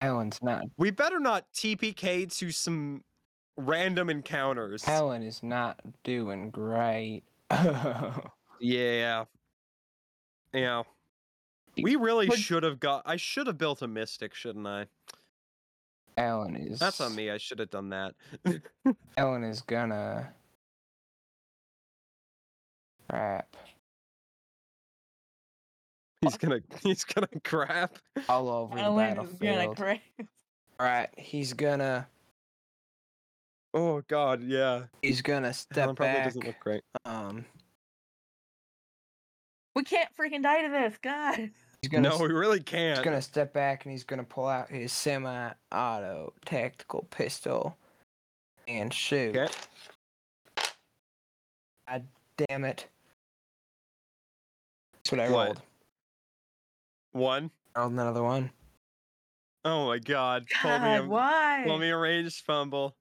[SPEAKER 3] Alan's not.
[SPEAKER 1] we better not TPK to some random encounters.
[SPEAKER 3] Alan is not doing great. I
[SPEAKER 1] Yeah. Yeah.
[SPEAKER 3] Y-
[SPEAKER 1] We really
[SPEAKER 3] but-
[SPEAKER 1] should have got. I should have built a mystic, shouldn't I?
[SPEAKER 3] Alan is.
[SPEAKER 1] That's on me. I should have done that.
[SPEAKER 3] Ellen is gonna. Crap.
[SPEAKER 1] He's gonna he's gonna grab.
[SPEAKER 3] all over
[SPEAKER 2] Oh,
[SPEAKER 3] the battlefield.
[SPEAKER 2] cry.
[SPEAKER 3] All right, he's gonna
[SPEAKER 1] Oh god, yeah.
[SPEAKER 3] he's gonna
[SPEAKER 1] Helen
[SPEAKER 3] step
[SPEAKER 1] probably
[SPEAKER 3] back.
[SPEAKER 1] doesn't look great.
[SPEAKER 3] Um,
[SPEAKER 2] We can't freaking die to this, God.
[SPEAKER 3] he's gonna
[SPEAKER 1] No,
[SPEAKER 3] s-
[SPEAKER 1] we really
[SPEAKER 3] he's
[SPEAKER 1] can't.
[SPEAKER 3] gonna step back and he's gonna pull out his semi-auto tactical pistol and shoot.
[SPEAKER 1] Okay.
[SPEAKER 3] God damn it! That's what I
[SPEAKER 1] What?
[SPEAKER 3] rolled.
[SPEAKER 1] One.
[SPEAKER 3] I rolled another one.
[SPEAKER 1] Oh my god. Pull me
[SPEAKER 2] God,
[SPEAKER 1] a
[SPEAKER 2] why?
[SPEAKER 1] pull me a ranged fumble.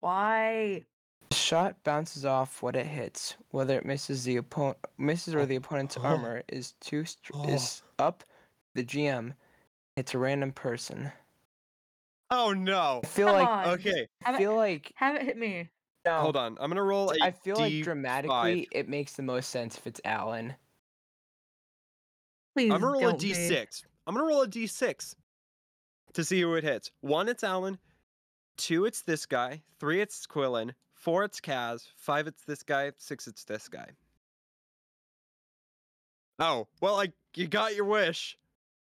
[SPEAKER 2] Why?
[SPEAKER 3] The shot bounces off what it hits. Whether it misses the opponent, misses or the opponent's
[SPEAKER 1] Oh.
[SPEAKER 3] armor is too str- is up. to The GM hits a random person.
[SPEAKER 1] Oh no.
[SPEAKER 3] I feel
[SPEAKER 2] Come
[SPEAKER 3] like
[SPEAKER 2] on.
[SPEAKER 1] Okay,
[SPEAKER 2] Have
[SPEAKER 3] I
[SPEAKER 2] it,
[SPEAKER 3] feel like
[SPEAKER 2] have it hit me.
[SPEAKER 3] no.
[SPEAKER 1] hold on. I'm gonna roll a
[SPEAKER 3] I feel like
[SPEAKER 1] D5.
[SPEAKER 3] dramatically it makes the most sense if it's Alan.
[SPEAKER 2] Please
[SPEAKER 1] I'm gonna roll a
[SPEAKER 2] don't be.
[SPEAKER 1] D6. I'm gonna roll a D6 to see who it hits. One, it's Alan. Two, it's this guy. Three, it's Quillen. Four, it's Kaz. Five, it's this guy. Six, it's this guy. Oh, well, I you got your wish.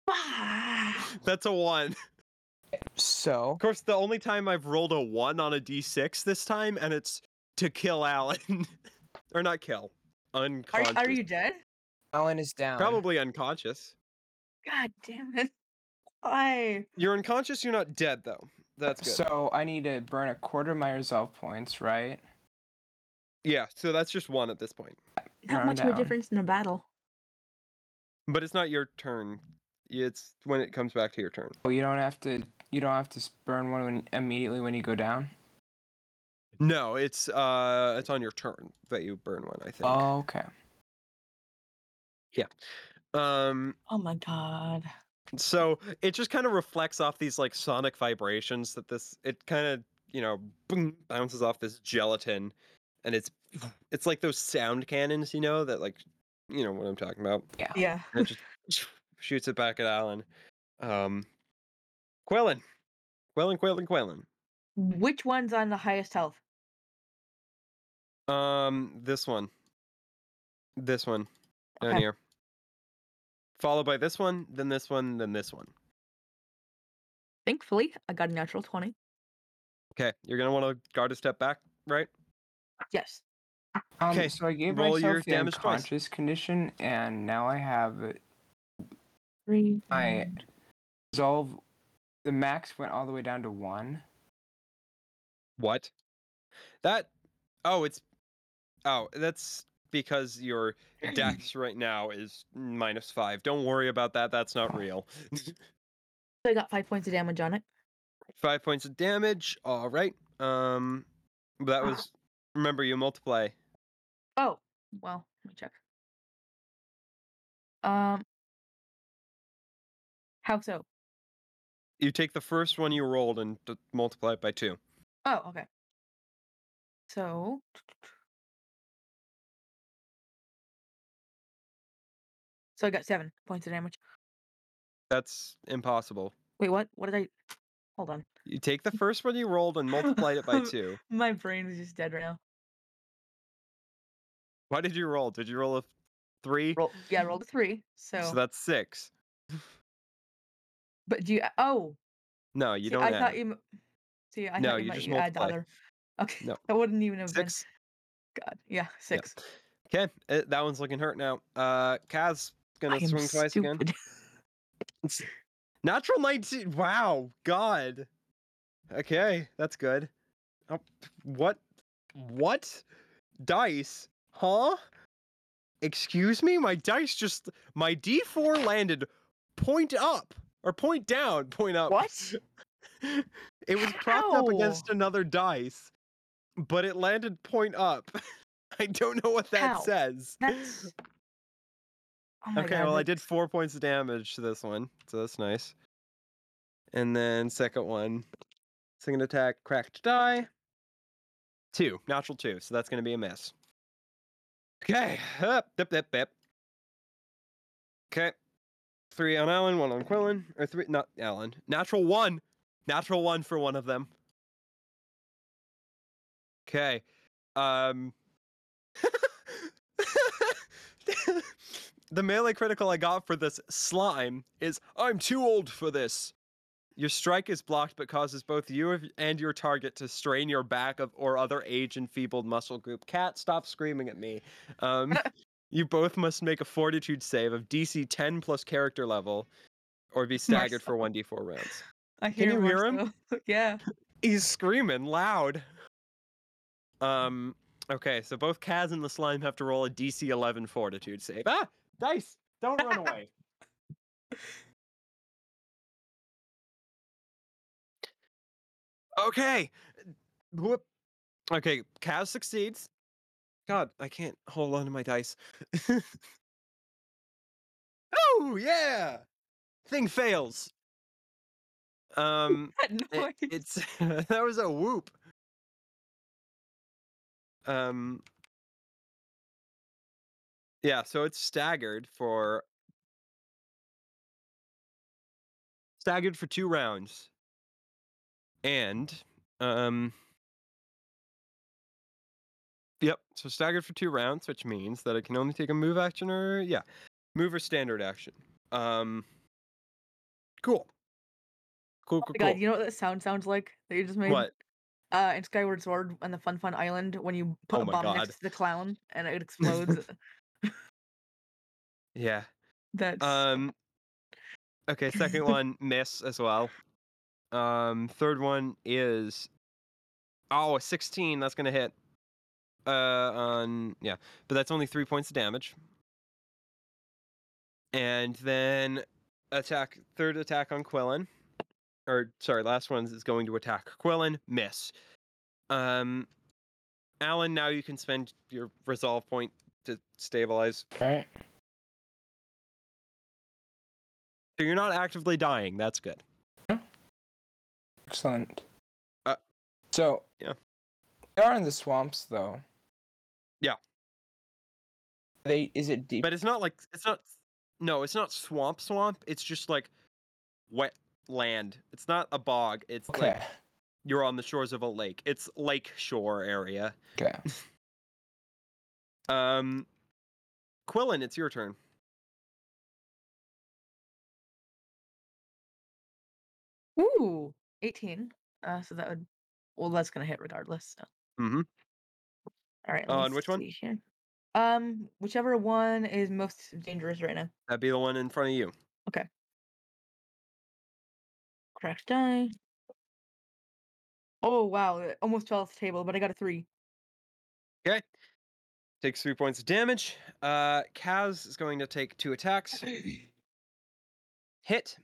[SPEAKER 2] Ah,
[SPEAKER 1] That's a one.
[SPEAKER 3] So
[SPEAKER 1] Of course, the only time I've rolled a one on a d6 this time, and it's to kill Alan, or not kill,
[SPEAKER 2] Are,
[SPEAKER 1] unconscious.
[SPEAKER 2] are you dead?
[SPEAKER 3] Alan is down.
[SPEAKER 1] Probably unconscious.
[SPEAKER 2] God damn it. Why?
[SPEAKER 1] You're unconscious. You're not dead though. That's good.
[SPEAKER 3] So I need to burn a quarter of my resolve points, right?
[SPEAKER 1] yeah. So that's just one at this point.
[SPEAKER 2] Not
[SPEAKER 3] Calm
[SPEAKER 2] much of a
[SPEAKER 3] down.
[SPEAKER 2] difference in a battle.
[SPEAKER 1] But it's not your turn. It's when it comes back to your turn.
[SPEAKER 3] Well, you don't have to. You don't have to s- burn one when, immediately when you go down.
[SPEAKER 1] No, it's uh, it's on your turn that you burn one. I think.
[SPEAKER 3] Oh, okay.
[SPEAKER 1] um.
[SPEAKER 2] Oh my god.
[SPEAKER 1] so it just kind of reflects off these like sonic vibrations that this it kind of you know boom, bounces off this gelatin and it's it's like those sound cannons you know that like you know what i'm talking about
[SPEAKER 2] Yeah.
[SPEAKER 1] and it just shoots it back at alan um quillen quillen quillen quillen
[SPEAKER 2] Which one's on the highest health?
[SPEAKER 1] um this one this one down
[SPEAKER 2] Okay.
[SPEAKER 1] here followed by this one then this one then this one
[SPEAKER 2] Thankfully, I got a natural 20.
[SPEAKER 1] okay you're gonna want to guard a step back right
[SPEAKER 2] Yes.
[SPEAKER 3] Um,
[SPEAKER 1] Okay,
[SPEAKER 3] So I gave
[SPEAKER 1] roll your
[SPEAKER 3] myself the
[SPEAKER 1] damage twice.
[SPEAKER 3] unconscious condition, and now I have it-
[SPEAKER 2] Three.
[SPEAKER 3] I resolve. The max went all the way down to one.
[SPEAKER 1] What? That? Oh, it's. Oh, that's because your dex right now is minus five. Don't worry about that. That's
[SPEAKER 2] Ah.
[SPEAKER 1] not real.
[SPEAKER 2] So I got five points of damage on it.
[SPEAKER 1] five points of damage. All right. Um, that
[SPEAKER 2] Ah.
[SPEAKER 1] was. Remember, you multiply.
[SPEAKER 2] Oh, well, let me check. Um, how so?
[SPEAKER 1] You take the first one you rolled and d- multiply it by two.
[SPEAKER 2] Oh, okay. So, so I got seven points of damage.
[SPEAKER 1] That's impossible.
[SPEAKER 2] Wait, what? What did I? Hold on.
[SPEAKER 1] You take the first one you rolled and multiplied it by two.
[SPEAKER 2] My brain is just dead right now.
[SPEAKER 1] Why did you roll? Did you roll a three?
[SPEAKER 2] Roll, yeah, I rolled a three. So,
[SPEAKER 1] So that's six.
[SPEAKER 2] but do you? Oh,
[SPEAKER 1] No, you
[SPEAKER 2] see,
[SPEAKER 1] don't
[SPEAKER 2] I
[SPEAKER 1] add.
[SPEAKER 2] thought you. m- See, I
[SPEAKER 1] No,
[SPEAKER 2] thought you,
[SPEAKER 1] you
[SPEAKER 2] might
[SPEAKER 1] just
[SPEAKER 2] you add the
[SPEAKER 1] multiply.
[SPEAKER 2] other. Okay,
[SPEAKER 1] No.
[SPEAKER 2] that wouldn't even have
[SPEAKER 1] six.
[SPEAKER 2] been. God, yeah, six.
[SPEAKER 1] Okay, uh, that one's looking hurt now. Uh, Kaz gonna
[SPEAKER 2] I am
[SPEAKER 1] swing twice again.
[SPEAKER 2] stupid.
[SPEAKER 1] Natural 19. Wow, God. Okay, that's good. Oh, what? What? Dice? Huh? Excuse me? My dice just. My d4 landed point up. Or point down, point up.
[SPEAKER 2] What?
[SPEAKER 1] it was propped up
[SPEAKER 2] How?
[SPEAKER 1] against another dice, but it landed point up. I don't know what that
[SPEAKER 2] How?
[SPEAKER 1] says.
[SPEAKER 2] That's. Oh my
[SPEAKER 1] Okay,
[SPEAKER 2] God,
[SPEAKER 1] well, I
[SPEAKER 2] that-
[SPEAKER 1] did four points of damage to this one, so that's nice. And then second one, second attack, cracked die. Two, natural two, so that's going to be a miss. Okay, up, dip, dip, dip. Okay, three on Alan, one on Quillen, or three, not Alan. Natural one, natural one for one of them. Okay, um. the melee critical I got for this slime is I'm too old for this. Your strike is blocked, but causes both you of- and your target to strain your back of or other age-enfeebled muscle group. Cat, stop screaming at me. Um, you both must make a Fortitude save of DC 10 plus character level, or be staggered for 1d4 rounds.
[SPEAKER 2] I
[SPEAKER 1] Can you
[SPEAKER 2] hear
[SPEAKER 1] hear him?
[SPEAKER 2] myself. yeah.
[SPEAKER 1] He's screaming loud. Um. Okay, so both Kaz and the slime have to roll a DC 11 Fortitude save. Ah, dice! Don't run away. okay. Whoop. Okay, Kaz succeeds. God, I can't hold on to my dice. oh yeah! Thing fails. Um.
[SPEAKER 2] That
[SPEAKER 1] It-
[SPEAKER 2] noise.
[SPEAKER 1] it's that was a whoop. Um. Yeah, so it's staggered for staggered for two rounds, and um. Yep, so staggered for two rounds, which means that it can only take a move action or yeah, move or standard action. Um. Cool. Cool.
[SPEAKER 2] Oh
[SPEAKER 1] cool,
[SPEAKER 2] my
[SPEAKER 1] cool.
[SPEAKER 2] god, you know what that sound sounds like that you just made?
[SPEAKER 1] what?
[SPEAKER 2] Uh, in Skyward Sword on the Fun Fun Island when you put
[SPEAKER 1] Oh
[SPEAKER 2] a
[SPEAKER 1] my
[SPEAKER 2] bomb
[SPEAKER 1] God.
[SPEAKER 2] next to the clown and it explodes. uh,
[SPEAKER 1] Yeah.
[SPEAKER 2] That's
[SPEAKER 1] Um. Okay. Second one miss as well. Um. Third one is. Oh, a 16. That's gonna hit. Uh. On yeah, but that's only three points of damage. And then attack. Third attack on Quillen. Or sorry, last one is going to attack Quillen. Miss. Um. Alan, now you can spend your resolve point to stabilize
[SPEAKER 3] Alright.
[SPEAKER 1] So you're not actively dying. That's good.
[SPEAKER 3] Excellent.
[SPEAKER 1] Uh,
[SPEAKER 3] so
[SPEAKER 1] yeah.
[SPEAKER 3] They are in the swamps though.
[SPEAKER 1] Yeah.
[SPEAKER 3] They is it deep
[SPEAKER 1] But it's not like it's not. No, it's not swamp swamp. It's just like wet land. It's not a bog. It's
[SPEAKER 3] Okay.
[SPEAKER 1] like you're on the shores of a lake. It's lake shore area.
[SPEAKER 3] Okay.
[SPEAKER 1] Um, Quillen, it's your turn.
[SPEAKER 2] ooh, 18. Uh, so that would, well, that's gonna hit regardless. So.
[SPEAKER 1] Mhm.
[SPEAKER 2] All right.
[SPEAKER 1] On
[SPEAKER 2] let's
[SPEAKER 1] Uh, which one?
[SPEAKER 2] see here. Um, whichever one is most dangerous right now.
[SPEAKER 1] That'd be the one in front of you.
[SPEAKER 2] Crash die. Oh wow! it Almost fell off the table, but I got a three.
[SPEAKER 1] Takes three points of damage. Uh, Kaz is going to take two attacks. hit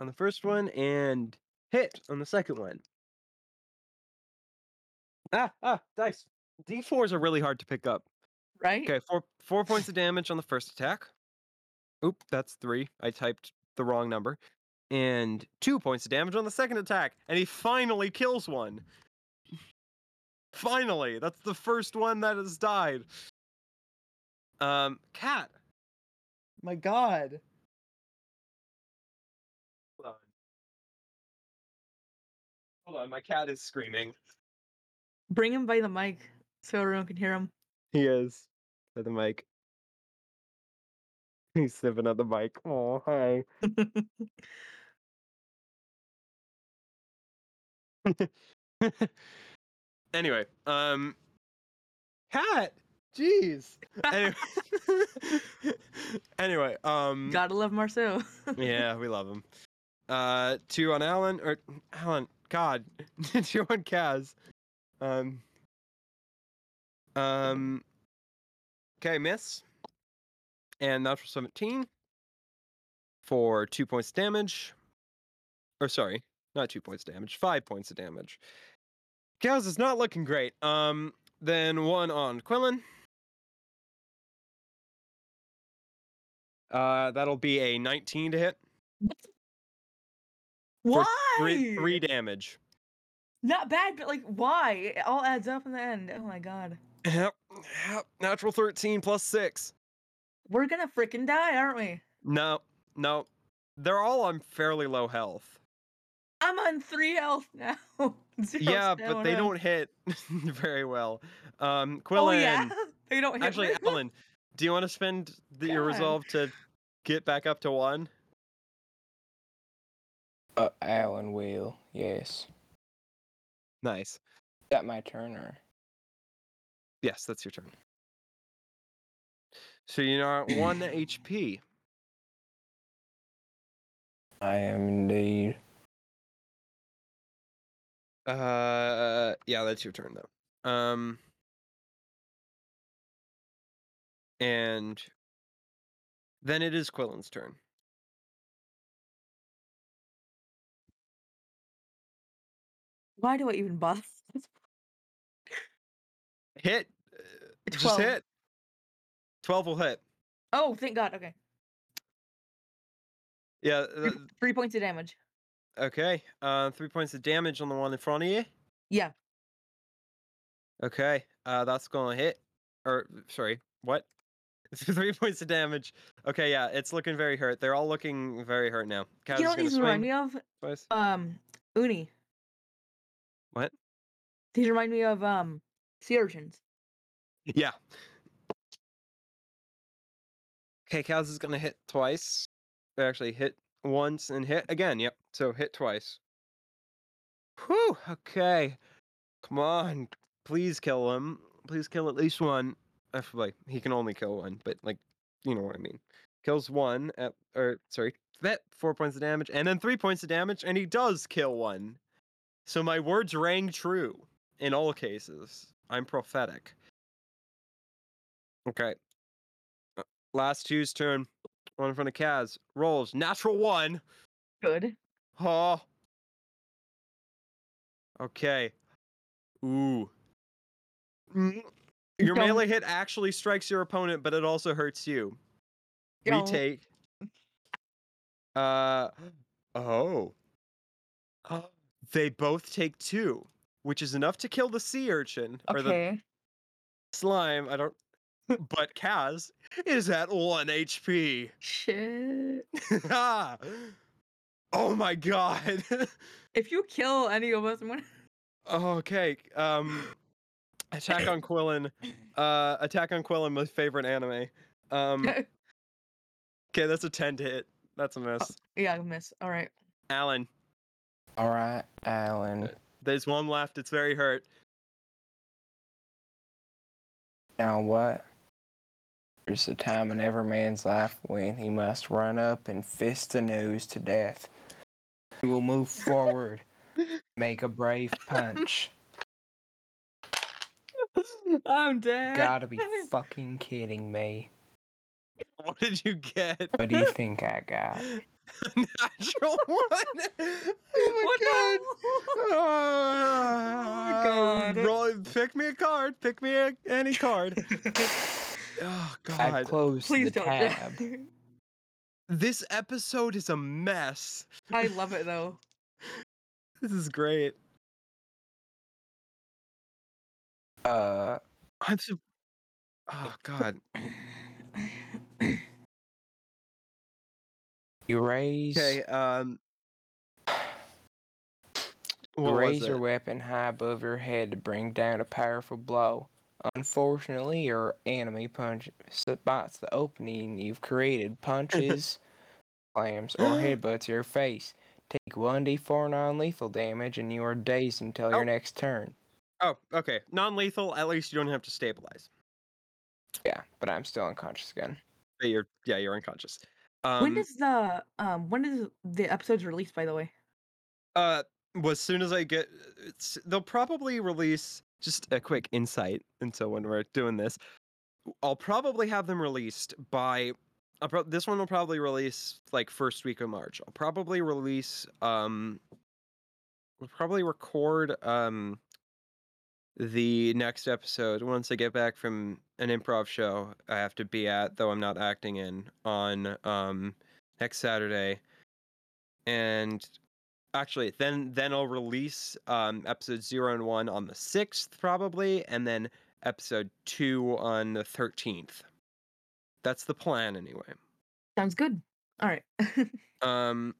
[SPEAKER 1] on the first one and hit on the second one. Ah, ah, dice. D4s are really hard to pick up.
[SPEAKER 2] Right?
[SPEAKER 1] Okay, four four points of damage on the first attack. Oop, that's three. I typed the wrong number. And two points of damage on the second attack. And he finally kills one. finally, that's the first one that has died. Um, cat. My god. Hold on. Hold on, my cat is screaming.
[SPEAKER 2] Bring him by the mic so everyone can hear him.
[SPEAKER 1] He is. To the mic. He's sniffing at the mic. Oh, hi. anyway, um. Cat! Jeez! Anyway, anyway um.
[SPEAKER 2] Gotta love Marceau.
[SPEAKER 1] yeah, we love him. Uh, two on Alan or Alan. God, two on Kaz. Um. Um. Okay, miss. And that's for seventeen. For two points damage. Or sorry, not two points damage. Five points of damage. Kaz is not looking great. Um. Then one on Quillen. Uh, that'll be a 19 to hit.
[SPEAKER 2] Why?
[SPEAKER 1] Three, three damage.
[SPEAKER 2] Not bad, but like, why? It all adds up in the end. Oh my god.
[SPEAKER 1] Yep, yep, Natural 13 plus 6.
[SPEAKER 2] We're gonna freaking die, aren't we?
[SPEAKER 1] No, no. They're all on fairly low health.
[SPEAKER 2] I'm on three health now. Zero
[SPEAKER 1] yeah, but
[SPEAKER 2] stamina.
[SPEAKER 1] they don't hit very well. Um, Quillen.
[SPEAKER 2] Oh yeah, they don't hit.
[SPEAKER 1] Actually,
[SPEAKER 2] me.
[SPEAKER 1] Alan. Do you want to spend the, your
[SPEAKER 2] God.
[SPEAKER 1] resolve to get back up to one?
[SPEAKER 3] Uh, Alan will. Yes.
[SPEAKER 1] Nice.
[SPEAKER 3] Is that my turn or?
[SPEAKER 1] Yes, that's your turn. So you are at one HP.
[SPEAKER 3] I am indeed.
[SPEAKER 1] Uh, yeah, that's your turn though. Um, and then it is Quillen's turn.
[SPEAKER 2] Why do I even bother?
[SPEAKER 1] Hit, uh,
[SPEAKER 2] It's
[SPEAKER 1] just
[SPEAKER 2] 12.
[SPEAKER 1] hit. Twelve will hit.
[SPEAKER 2] Oh, thank God. Okay.
[SPEAKER 1] Yeah.
[SPEAKER 2] Three,
[SPEAKER 1] th-
[SPEAKER 2] three points of damage.
[SPEAKER 1] okay. Uh, three points of damage on the one in front of you.
[SPEAKER 2] Yeah.
[SPEAKER 1] Okay. Uh, that's gonna hit. Or sorry, what? Three points of damage. Okay, yeah, it's looking very hurt. They're all looking very hurt now. Kaz
[SPEAKER 2] you
[SPEAKER 1] is
[SPEAKER 2] know what
[SPEAKER 1] gonna
[SPEAKER 2] these remind
[SPEAKER 1] swing
[SPEAKER 2] me of?
[SPEAKER 1] twice.
[SPEAKER 2] Um, Uni.
[SPEAKER 1] What?
[SPEAKER 2] These remind me of um, sea urchins.
[SPEAKER 1] Yeah. Okay, Kaz is gonna hit twice. Or Actually, hit once and hit again. Yep. So hit twice. Whew. Okay. Come on. Please kill him. Please kill at least one. I feel like he can only kill one, but like, you know what I mean. Kills one at, or sorry, that four points of damage, and then three points of damage, and he does kill one. So my words rang true in all cases. I'm prophetic. Okay. Uh, Last two's turn. One in front of Kaz. Rolls. Natural one.
[SPEAKER 2] Good.
[SPEAKER 1] Oh. Okay. Ooh. Mm. Your
[SPEAKER 2] Don't-
[SPEAKER 1] melee hit actually strikes your opponent, but it also hurts you.
[SPEAKER 2] Don't.
[SPEAKER 1] Retake. Uh oh. Oh, They both take two, which is enough to kill the sea urchin or the
[SPEAKER 2] Okay.
[SPEAKER 1] slime. I don't. But Kaz is at one HP.
[SPEAKER 2] Shit.
[SPEAKER 1] Ah. oh my god.
[SPEAKER 2] If you kill any of us, I'm gonna.
[SPEAKER 1] okay. Um, attack on Quillen. Uh, attack on Quillen. My favorite anime. Um, okay, that's a ten to hit. That's a miss.
[SPEAKER 2] yeah, I miss. All right.
[SPEAKER 1] Alan,
[SPEAKER 3] All right, Alan.
[SPEAKER 1] there's one left. It's very hurt.
[SPEAKER 3] Now what? There's a time in every man's life when he must run up and fist the nose to death. He will move forward, make a brave punch.
[SPEAKER 2] I'm dead.
[SPEAKER 3] Gotta be fucking kidding me.
[SPEAKER 1] What did you get?
[SPEAKER 3] What do you think I got?
[SPEAKER 1] Natural one.
[SPEAKER 2] What
[SPEAKER 1] oh my
[SPEAKER 2] the-
[SPEAKER 1] Oh god. Ah,
[SPEAKER 2] God.
[SPEAKER 1] Roll, pick me a card. Pick me a, any card. oh
[SPEAKER 3] I
[SPEAKER 1] God.
[SPEAKER 3] closed
[SPEAKER 2] Please
[SPEAKER 3] the
[SPEAKER 2] don't.
[SPEAKER 3] tab.
[SPEAKER 1] this episode is a mess.
[SPEAKER 2] I love it though.
[SPEAKER 1] This is great.
[SPEAKER 3] Uh,
[SPEAKER 1] I'm so. Oh God.
[SPEAKER 3] erase,
[SPEAKER 1] Okay. Um. What was
[SPEAKER 3] raise your
[SPEAKER 1] it?
[SPEAKER 3] weapon high above your head to bring down a powerful blow. Unfortunately, your enemy punch spots the opening you've created, punches, slams, or headbutts your face. Take 1d4 non lethal damage, and you are dazed until
[SPEAKER 1] Oh.
[SPEAKER 3] your next turn.
[SPEAKER 1] Oh, okay. Non-lethal. At least you don't have to stabilize.
[SPEAKER 3] Yeah, but I'm still unconscious again.
[SPEAKER 1] But you're, yeah, you're unconscious. Um,
[SPEAKER 2] when does the um when is the episode's released? By the way.
[SPEAKER 1] Uh, well, as soon as I get, it's, they'll probably release just a quick insight into when we're doing this. I'll probably have them released by. I'll prob- this one will probably release like first week of March. I'll probably release. Um, we'll probably record um the next episode once I get back from an improv show I have to be at, though I'm not acting in on um next Saturday, and actually then then i'll release um episode zero and one on the sixth probably and then episode two on the 13th that's the plan anyway
[SPEAKER 2] Sounds good. All right.
[SPEAKER 1] um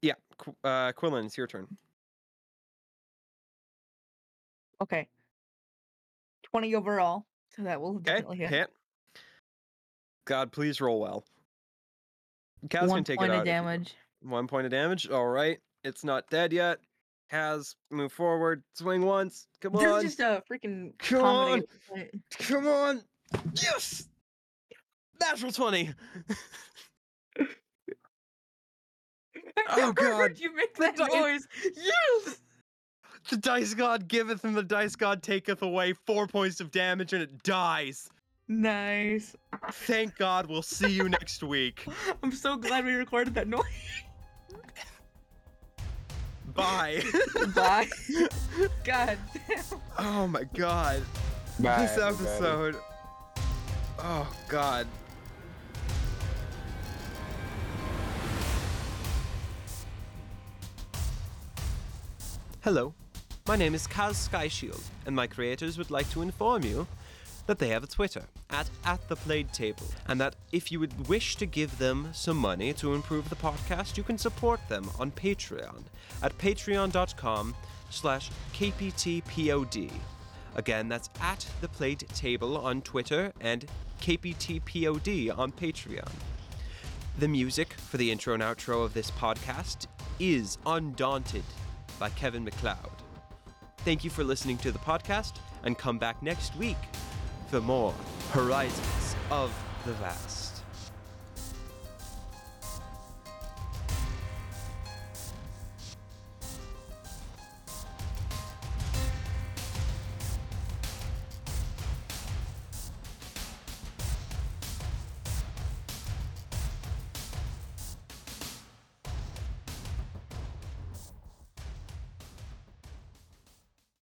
[SPEAKER 1] yeah Qu- uh quillen it's your turn
[SPEAKER 2] okay. Twenty overall. So that will
[SPEAKER 1] okay
[SPEAKER 2] definitely hit.
[SPEAKER 1] hit God, please roll well. Kaz
[SPEAKER 2] One
[SPEAKER 1] can take
[SPEAKER 2] point
[SPEAKER 1] it out. if
[SPEAKER 2] of
[SPEAKER 1] you
[SPEAKER 2] damage.
[SPEAKER 1] want. One point of damage. All right. It's not dead yet. Kaz, move forward. Swing once. Come
[SPEAKER 2] This
[SPEAKER 1] on.
[SPEAKER 2] is just a freaking
[SPEAKER 1] Come
[SPEAKER 2] comedy. Right.
[SPEAKER 1] Come on. Yes. Natural 20.
[SPEAKER 2] I
[SPEAKER 1] Oh,
[SPEAKER 2] never heard
[SPEAKER 1] God.
[SPEAKER 2] you make that
[SPEAKER 1] dice-
[SPEAKER 2] noise. Yes.
[SPEAKER 1] The dice god giveth and the dice god taketh away four points of damage and it dies.
[SPEAKER 2] Nice.
[SPEAKER 1] Thank God we'll see you next week.
[SPEAKER 2] I'm so glad we recorded that noise.
[SPEAKER 1] Bye.
[SPEAKER 2] Bye. God damn.
[SPEAKER 1] oh my god.
[SPEAKER 3] Bye,
[SPEAKER 1] this
[SPEAKER 3] everybody.
[SPEAKER 1] episode. Oh god. Hello, my name is Kaz Skyshield, and my creators would like to inform you that they have a Twitter at at the played table, and that if you would wish to give them some money to improve the podcast, you can support them on Patreon at patreon.com slash kptpod. Again, that's at the played table on Twitter and kptpod on Patreon. The music for the intro and outro of this podcast is Undaunted by Kevin McLeod. Thank you for listening to the podcast and come back next week for more Horizons of the Vast.